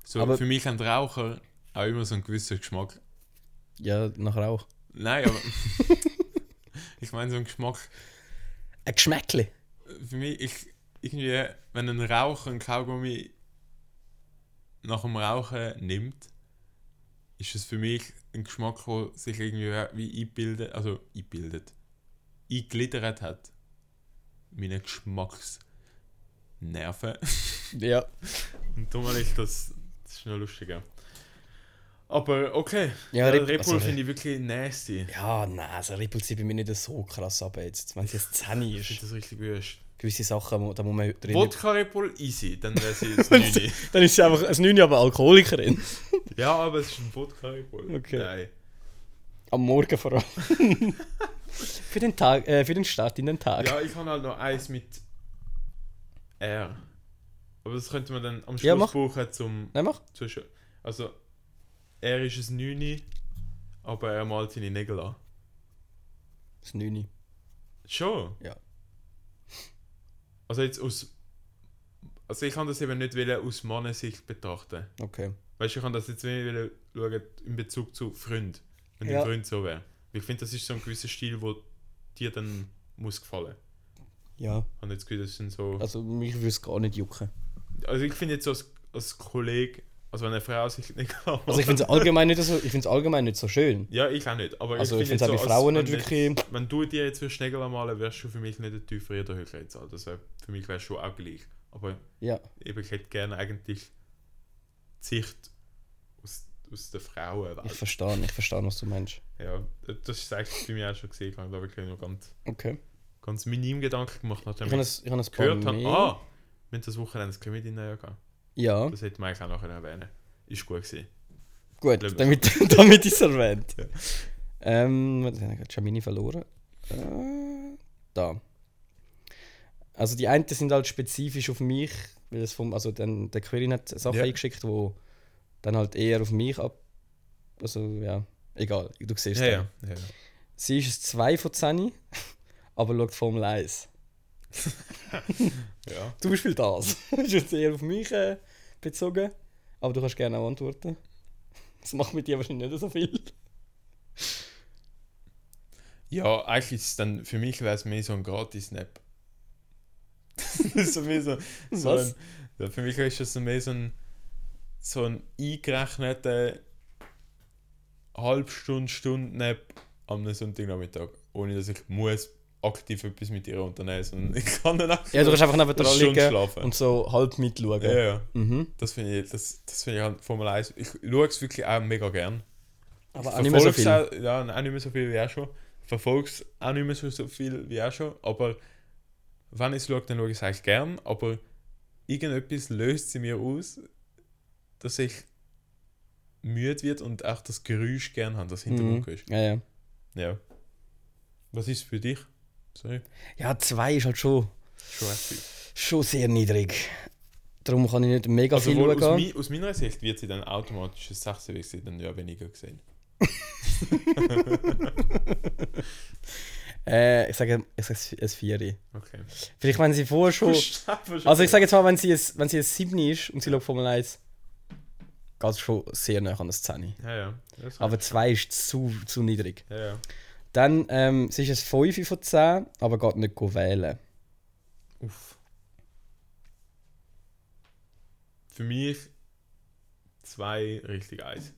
S1: so
S2: Aber-
S1: für mich haben die Raucher auch immer so einen gewissen Geschmack.
S2: Ja, nachher auch.
S1: Nein, aber ich meine so einen Geschmack.
S2: Ein Geschmäckli.
S1: Für mich, ich, irgendwie, wenn ein Raucher einen Kaugummi nach dem Rauchen nimmt, ist es für mich ein Geschmack, der sich irgendwie wie einbildet, also einbildet, eingegliedert hat. Meine Geschmacksnerven.
S2: Ja.
S1: Und darum habe ich das, das ist noch lustiger. Aber okay,
S2: Ja,
S1: ja,
S2: Red-
S1: Red Bull
S2: also-
S1: finde ich wirklich nasty.
S2: Ja, nein, also rippelt sie bei mir nicht so krass ab jetzt. Wenn sie jetzt 10
S1: Ich
S2: ist.
S1: finde das richtig wüst.
S2: Gewisse Sachen, mu- da muss man drin.
S1: Wodka Red Bull easy, dann wäre sie jetzt 9.
S2: Dann ist sie einfach als 9 aber Alkoholikerin.
S1: Ja, aber es ist ein Wodka Red Bull.
S2: Okay.
S1: Nein.
S2: Am Morgen vor allem. für, den Tag, äh, für den Start in den Tag.
S1: Ja, ich habe halt noch eins mit R. Aber das könnte man dann am Schluss
S2: Ja, mach.
S1: brauchen zum
S2: Nein, mach.
S1: Zwischen. Also, er ist ein 9, aber er malt seine Nägel an.
S2: Das 9.
S1: Schon?
S2: Ja.
S1: Also jetzt aus. Also ich kann das eben nicht wollen aus Mannensicht betrachten.
S2: Okay.
S1: Weißt du, ich kann das jetzt nicht wollen schauen in Bezug zu Freund. Wenn
S2: Ja.
S1: dein Freund so wäre. Weil Ich finde, das ist so ein gewisser Stil, wo dir dann muss gefallen.
S2: Ja.
S1: Und jetzt geht es dann so.
S2: Also mich würde es gar nicht jucken.
S1: Also ich finde jetzt so als, als Kollege, also wenn eine Frau sich nicht kann.
S2: Also ich finde es allgemein nicht so, ich find's allgemein nicht so schön.
S1: ja, ich auch nicht. Aber
S2: Also ich
S1: find
S2: finde es auch
S1: jetzt
S2: bei
S1: als-
S2: Frauen nicht
S1: wenn-
S2: wirklich.
S1: Wenn du dir jetzt für Schnägel malen wärst du für mich nicht der tiefere oder höhere Zahl. Das wär, für mich wäre schon auch gleich. Aber
S2: Ja.
S1: eben, ich hätte gerne eigentlich die Sicht aus, aus der Frauenwelt.
S2: Ich verstehe, ich verstehe, was du meinst.
S1: Ja, das ist eigentlich bei mir auch schon gesehen. Ich habe wirklich nur ganz,
S2: Okay.
S1: ganz minim Gedanken gemacht, nachdem
S2: Ich
S1: ich,
S2: habe ein, ich hab ein paar
S1: gehört habe.
S2: mehr.
S1: Ah, wir haben das Wochenende das Comedian ja gehabt.
S2: Ja,
S1: Das hätte man eigentlich auch nachher erwähnen. Ist gut gewesen.
S2: gut,
S1: Blöd.
S2: damit, damit ist erwähnt.
S1: Ja.
S2: Ähm, was habe ich gerade schon meine verloren? Äh, da. Also die einen sind halt spezifisch auf mich, weil es vom, also dann, der Quirin hat Sachen
S1: Ja.
S2: eingeschickt, wo dann halt eher auf mich ab. Also ja, egal, du siehst
S1: Ja,
S2: dann.
S1: ja, ja. ja.
S2: Sie ist ein 2 von 10, aber schaut Formel 1.
S1: ja.
S2: Zum Beispiel das. ist jetzt eher auf mich äh, bezogen. Aber du kannst gerne auch antworten. Das macht mit dir wahrscheinlich nicht so viel.
S1: Ja, eigentlich ist es dann für mich wäre es mehr so ein Gratis-Nap. das ist so mehr so, so
S2: Was?
S1: Ein, ja, für mich ist das so mehr so ein, so ein eingerechneter halbstunde stunde nap am Sonntagnachmittag, ohne dass ich muss aktiv etwas mit ihr unternehmen, sondern ich kann dann auch
S2: Ja, du kannst einfach neben
S1: eine
S2: dran
S1: Stunde
S2: liegen
S1: schlafen.
S2: und so halb mitschauen.
S1: ja, ja,
S2: Mhm.
S1: das finde ich, das, das finde ich halt Formel 1. Ich schaue es wirklich auch mega gern.
S2: Aber auch nicht mehr so
S1: Verfolg's
S2: viel.
S1: Auch, ja, nein, auch nicht mehr so viel wie auch schon. Verfolgst auch nicht mehr so, so viel wie auch schon. Aber wenn ich es schaue, dann schaue ich es eigentlich gern. Aber irgendetwas löst sie mir aus, dass ich müde wird und auch das Geräusch gern habe, das
S2: Mhm.
S1: Hintergrund ist.
S2: Ja, ja.
S1: Ja. Was ist für dich? Sorry.
S2: ja, 2 ist halt schon,
S1: Schon heftig.
S2: schon sehr niedrig. Darum kann ich nicht mega
S1: Also,
S2: viel
S1: wohl, aus,
S2: schauen.
S1: mi aus meiner Sicht wird sie dann automatisch ein 6 weil sie dann ja weniger gesehen.
S2: Äh, ich sage, ich sage ein Vieri.
S1: Okay.
S2: Vielleicht, wenn sie vorher schon. Also, ich sage jetzt mal, wenn sie ein, wenn sie ein 7 ist und sie schaut Formel 1, geht es schon sehr nah an eine 10.
S1: Ja, ja. Das
S2: Aber 2 ist zu, zu niedrig.
S1: ja, ja.
S2: Dann ähm, sie ist ein 5 von 10, aber geht nicht go wählen.
S1: Uff. Für mich zwei richtig eins.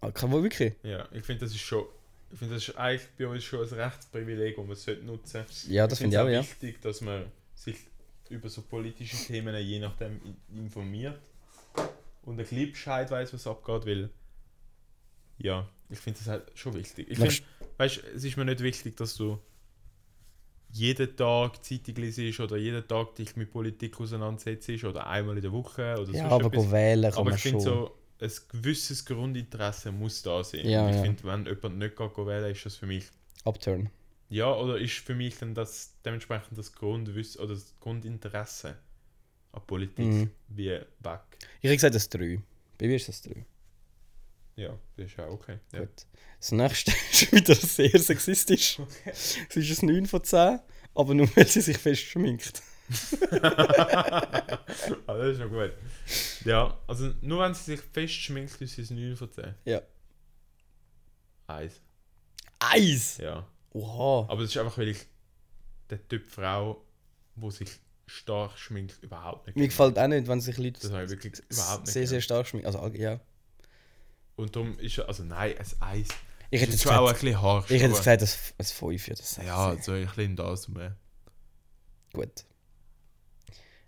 S2: Ah, Kann wohl wirklich?
S1: Ja, ich finde, das ist schon. Ich finde, das ist eigentlich bei uns schon ein Rechtsprivileg, das man sollte nutzen sollte.
S2: Ja, das finde ich auch, ja.
S1: wichtig, dass man sich über so politische Themen je nachdem i- informiert und ein bisschen Bescheid weiß, was abgeht, weil. Ja, ich finde das halt schon wichtig. Ich
S2: Machst-
S1: find, weißt, es ist mir nicht wichtig, dass du jeden Tag Zeitung liest oder jeden Tag dich mit Politik auseinandersetzt oder einmal in der Woche oder
S2: Ja,
S1: sonst
S2: aber
S1: etwas.
S2: go wählen kann
S1: Aber
S2: man
S1: ich
S2: schon.
S1: finde so, ein gewisses Grundinteresse muss da sein.
S2: Ja,
S1: Und ich
S2: ja.
S1: finde, wenn jemand nicht geht wählen, ist das für mich.
S2: Upturn.
S1: Ja, oder ist für mich dann das dementsprechend das Grundwissen oder das Grundinteresse an Politik
S2: Mhm.
S1: wie weg.
S2: Ich hätte gesagt, das 3. Bei mir ist das 3.
S1: Ja, das ist auch okay. Ja.
S2: Gut. Das nächste ist wieder sehr sexistisch. Es ist ein 9 von 10, aber nur weil sie sich fest schminkt.
S1: ah, das ist schon gut. Ja, also nur wenn sie sich fest schminkt, ist sie es 9 von 10.
S2: Ja.
S1: Eins.
S2: Eis!
S1: Ja.
S2: Oha!
S1: Aber das ist einfach, weil ich der Typ Frau, wo sich stark schminkt, überhaupt nicht.
S2: Mir
S1: mag.
S2: gefällt auch nicht, wenn sich Leute
S1: Das habe ich wirklich überhaupt nicht.
S2: sehr,
S1: gern.
S2: sehr stark schminken. Also, allg- ja.
S1: Und darum ist also nein, ein Eis.
S2: Ich hätte
S1: ist
S2: jetzt
S1: schon auch ein
S2: gesagt,
S1: bisschen harsch.
S2: ich hätte jetzt
S1: aber-
S2: gesagt, das ein 5 oder 6.
S1: Ja, so ein bisschen das mehr.
S2: Gut.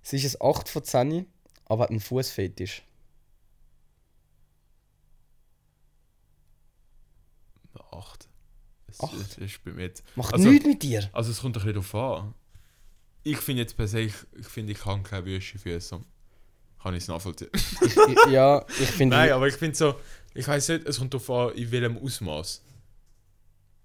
S2: Sie ist ein 8 von 10, aber hat einen Fußfetisch.
S1: Eine Acht. Es,
S2: Acht?
S1: es ist bei mir jetzt.
S2: Macht
S1: Also-
S2: nichts mit dir!
S1: Also es kommt ein bisschen darauf an. Ich finde jetzt per se, ich, ich finde, ich kann keine Würsche Füße. Kann ich es nachvollziehen.
S2: Ich, ich, ja, ich finde.
S1: Nein, aber ich finde so, ich weiß nicht, es kommt darauf an, in welchem Ausmaß.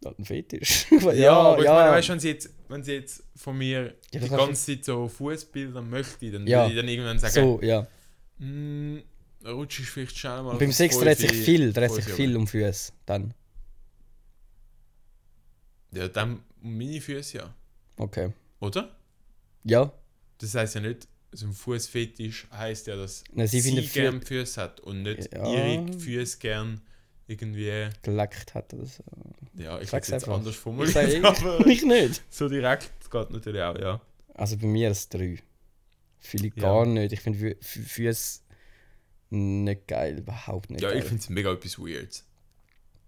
S2: Hat einen halt Fetisch. ja,
S1: Ja, aber ich meine, weißt
S2: ja.
S1: du, wenn sie jetzt, wenn sie jetzt von mir
S2: Ja,
S1: die
S2: das kannst
S1: ganze Zeit so Fußbilder möchte, dann
S2: Ja.
S1: würde ich dann irgendwann sagen,
S2: So, ja.
S1: Mm, Rutsch ist vielleicht schnell mal.
S2: Und beim
S1: auf
S2: Sex dreht sich
S1: fünfe-
S2: viel, dreht sich
S1: fünfe
S2: viel um Füße. Dann.
S1: Euro. Ja, dann um meine Füße ja.
S2: Okay.
S1: Oder?
S2: Ja,
S1: Das heißt ja nicht, so ein Fußfetisch heißt ja, dass
S2: Nein, sie findet Fü-
S1: gern Füße hat und nicht
S2: Ja.
S1: ihre Füße gern irgendwie.
S2: geleckt hat oder so.
S1: Ja, ich sag's
S2: Sag's
S1: jetzt
S2: einfach.
S1: anders
S2: Ich eh- sage
S1: formuliert, aber
S2: ich nicht.
S1: so direkt geht natürlich auch, ja.
S2: Also bei mir ist 3. Fühle ich
S1: Ja.
S2: gar nicht. Ich finde Füße nicht geil, überhaupt nicht
S1: Ja,
S2: geil.
S1: ich finde es mega etwas weird.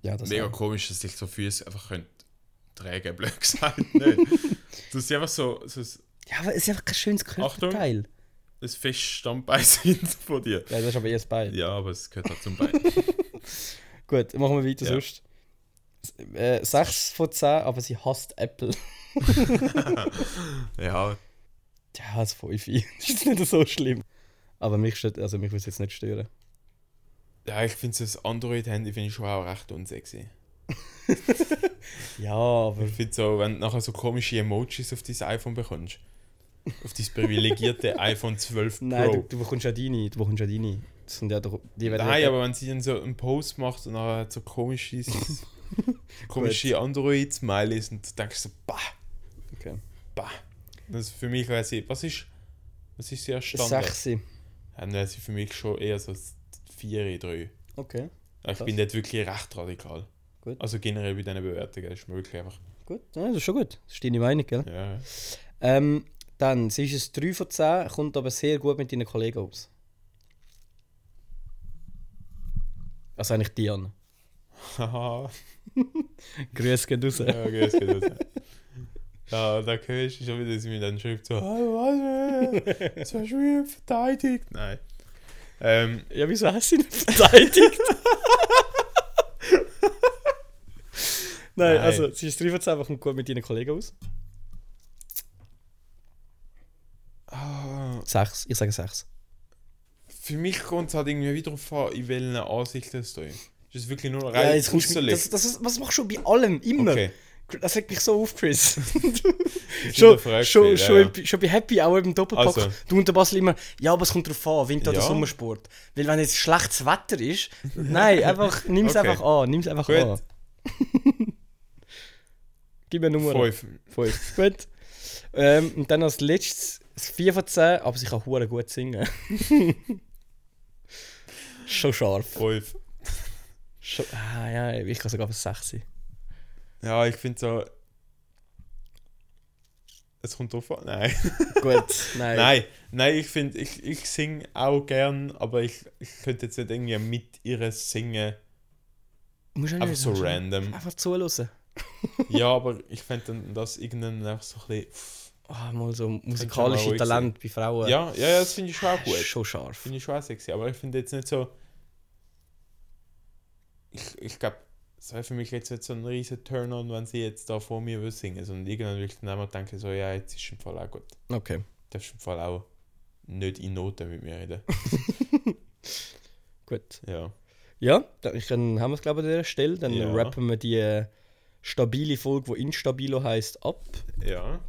S2: ja, das
S1: Mega
S2: auch.
S1: komisch, dass sich so Füße einfach können tragen, blöd gesagt. Nein. Das ist einfach so, so ein
S2: ja, aber es ist einfach kein schönes Körperteil.
S1: ein festes Stammbein sind von dir.
S2: Ja, das ist aber erst bei.
S1: Ja, aber es gehört halt zum Bein.
S2: Gut, machen wir weiter
S1: Ja.
S2: sonst. S- Äh, 6 von 10, aber sie hasst Apple.
S1: ja,
S2: Ja, das 5. das ist jetzt nicht so schlimm. Aber mich, stört- also mich würde es jetzt nicht stören.
S1: ja, ich finde das Android-Handy finde ich schon auch recht unsexy.
S2: Ja, aber
S1: Ich finde so, wenn du nachher so komische Emojis auf dein iPhone bekommst. Auf dein privilegierte iPhone 12 Pro.
S2: Nein, du, du bekommst ja deine, du bekommst ja deine. Das sind ja doch, die werden eh-
S1: Nein,
S2: ja-
S1: aber wenn sie dann so einen Post macht und nachher hat so komische, komische Android-Smileys und du denkst so, bah,
S2: Okay.
S1: bah. Das für mich wäre sie, was ist, was ist sehr Standard?
S2: Sechsi.
S1: Dann wäre sie für mich schon eher so 4, 3.
S2: Okay,
S1: Ja, Ich
S2: Krass.
S1: bin dort wirklich recht radikal.
S2: Gut.
S1: Also generell bei diesen Bewertungen ist mir wirklich einfach.
S2: gut. Ja, das ist schon gut. Das ist deine Meinung, gell?
S1: Ja. ja.
S2: Ähm, dann, sie ist ein 3 von 10, kommt aber sehr gut mit deinen Kollegen aus. Also eigentlich Diane.
S1: Haha.
S2: Grüß geht raus.
S1: ja, okay, das geht los. Ja, da hörst du schon wieder, dass sie mir dann schreibt so, «Hallo, was? äh, Das war schon wieder verteidigt. Nein. Ähm,
S2: Ja, wieso hast du ihn verteidigt? Nein,
S1: Nein.
S2: also sie ist 3 von 10, aber kommt gut mit deinen Kollegen aus.
S1: ah,
S2: 6, ich sage 6.
S1: für mich kommt es halt irgendwie wieder darauf an, in welchen Ansichten es da ist. Ist es wirklich nur
S2: Ja,
S1: rein
S2: jetzt kommst du,
S1: äußerlich?
S2: das, das ist, was machst du bei allem, immer?
S1: Okay.
S2: Das regt mich so auf, Chris.
S1: ist
S2: schon,
S1: in der Frage
S2: schon,
S1: gewesen,
S2: schon,
S1: ja,
S2: im- schon bei Happy Hour im Doppelpack.
S1: Also.
S2: Du und der Basel immer, ja, aber es kommt drauf an, Winter- oder
S1: Ja.
S2: Sommersport. Weil wenn jetzt schlechtes Wetter ist, nein, einfach, nimm es
S1: Okay.
S2: einfach an, nimm es einfach
S1: Gut.
S2: an. Gib mir Nummer.
S1: Fünf.
S2: Fünf. Gut. Ähm, und dann als letztes das 4 von 10, aber sie kann hure gut singen. schon scharf.
S1: Fünf.
S2: Schon, ah, ja, ich kann sogar bis 6 sein.
S1: Ja, ich finde so. Es kommt drauf an. Nein.
S2: Gut, nein.
S1: Nein, nein, ich finde, ich, ich singe auch gern, aber ich, ich könnte jetzt nicht irgendwie mit ihr singen.
S2: Musst du auch
S1: Einfach
S2: nicht-
S1: so
S2: musst du
S1: random.
S2: Einfach zuhören.
S1: Ja, aber ich fände dann das irgendwann einfach so ein bisschen. pff.
S2: Ah, mal so
S1: schon
S2: musikalische
S1: mal ruhig
S2: Talent bei Frauen.
S1: Ja, ja, ja das finde ich schon auch
S2: Ist
S1: gut.
S2: Schon scharf.
S1: Finde ich schon auch sexy, aber ich finde jetzt nicht so. Ich, ich glaube, es wäre für mich jetzt nicht so ein riesen Turn-on, wenn sie jetzt da vor mir würde singen. Sondern irgendwann würde ich dann einmal denken, so, ja, jetzt ist im Fall auch gut.
S2: Okay.
S1: Das ist im Fall auch nicht in Noten mit mir reden.
S2: Gut.
S1: Ja.
S2: Ja, dann dann haben wir es, glaube ich, an dieser Stelle. Dann
S1: Ja.
S2: rappen wir die äh, stabile Folge, die Instabilo heisst, ab.
S1: Ja.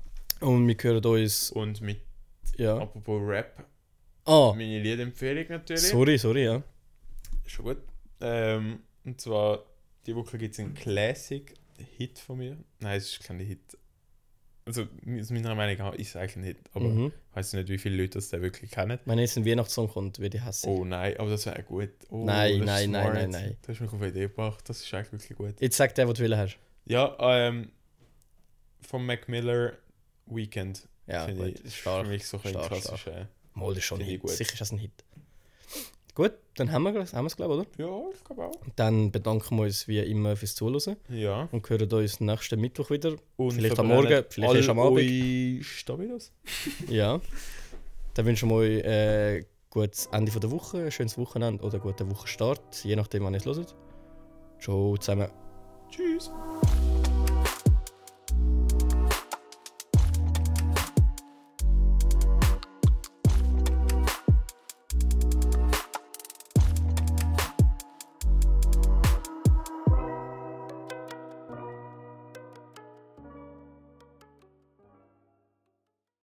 S2: Und wir hören uns.
S1: Und mit,
S2: Ja.
S1: apropos Rap,
S2: Ah,
S1: meine Liedempfehlung natürlich.
S2: sorry, sorry, ja.
S1: Schon gut. Ähm, und zwar, die Woche gibt es einen Classic-Hit von mir. Nein, es ist kein Hit. Also, aus meiner Meinung nach ist es eigentlich ein Hit. Aber
S2: Mhm.
S1: ich weiß nicht, wie viele Leute das da wirklich kennen.
S2: Wenn jetzt ein Weihnachtssong kommt, würde ich hassen.
S1: Oh nein, aber das wäre gut. Oh, das
S2: Nein,
S1: ist
S2: nein, nein,
S1: smart.
S2: nein, nein.
S1: Du hast mich auf eine Idee gebracht, das ist eigentlich wirklich gut.
S2: Jetzt sag der, was du willst hast.
S1: Ja, ähm, von Mac Miller Weekend.
S2: Ja,
S1: Finde
S2: Ah, gut.
S1: ich, ist
S2: stark.
S1: für mich so ein äh.
S2: stark, stark.
S1: klassischer.
S2: Mal, das ist schon ein
S1: Finde ich
S2: Hit.
S1: gut.
S2: Sicher ist das ein Hit. Gut, dann haben wir es, haben wir's, glaube ich, oder?
S1: Ja, ich glaube auch.
S2: Dann bedanken wir uns wie immer fürs Zuhören
S1: Ja.
S2: und hören uns nächsten Mittwoch wieder.
S1: Und
S2: Vielleicht am
S1: verbrennt
S2: Morgen, vielleicht erst am
S1: all
S2: Abend.
S1: eure Stabilos.
S2: Ja. Dann wünschen wir euch ein äh, gutes Ende von der Woche, ein schönes Wochenende oder einen guten Wochenstart, je nachdem, wann ihr es hört. Ciao zusammen.
S1: Tschüss.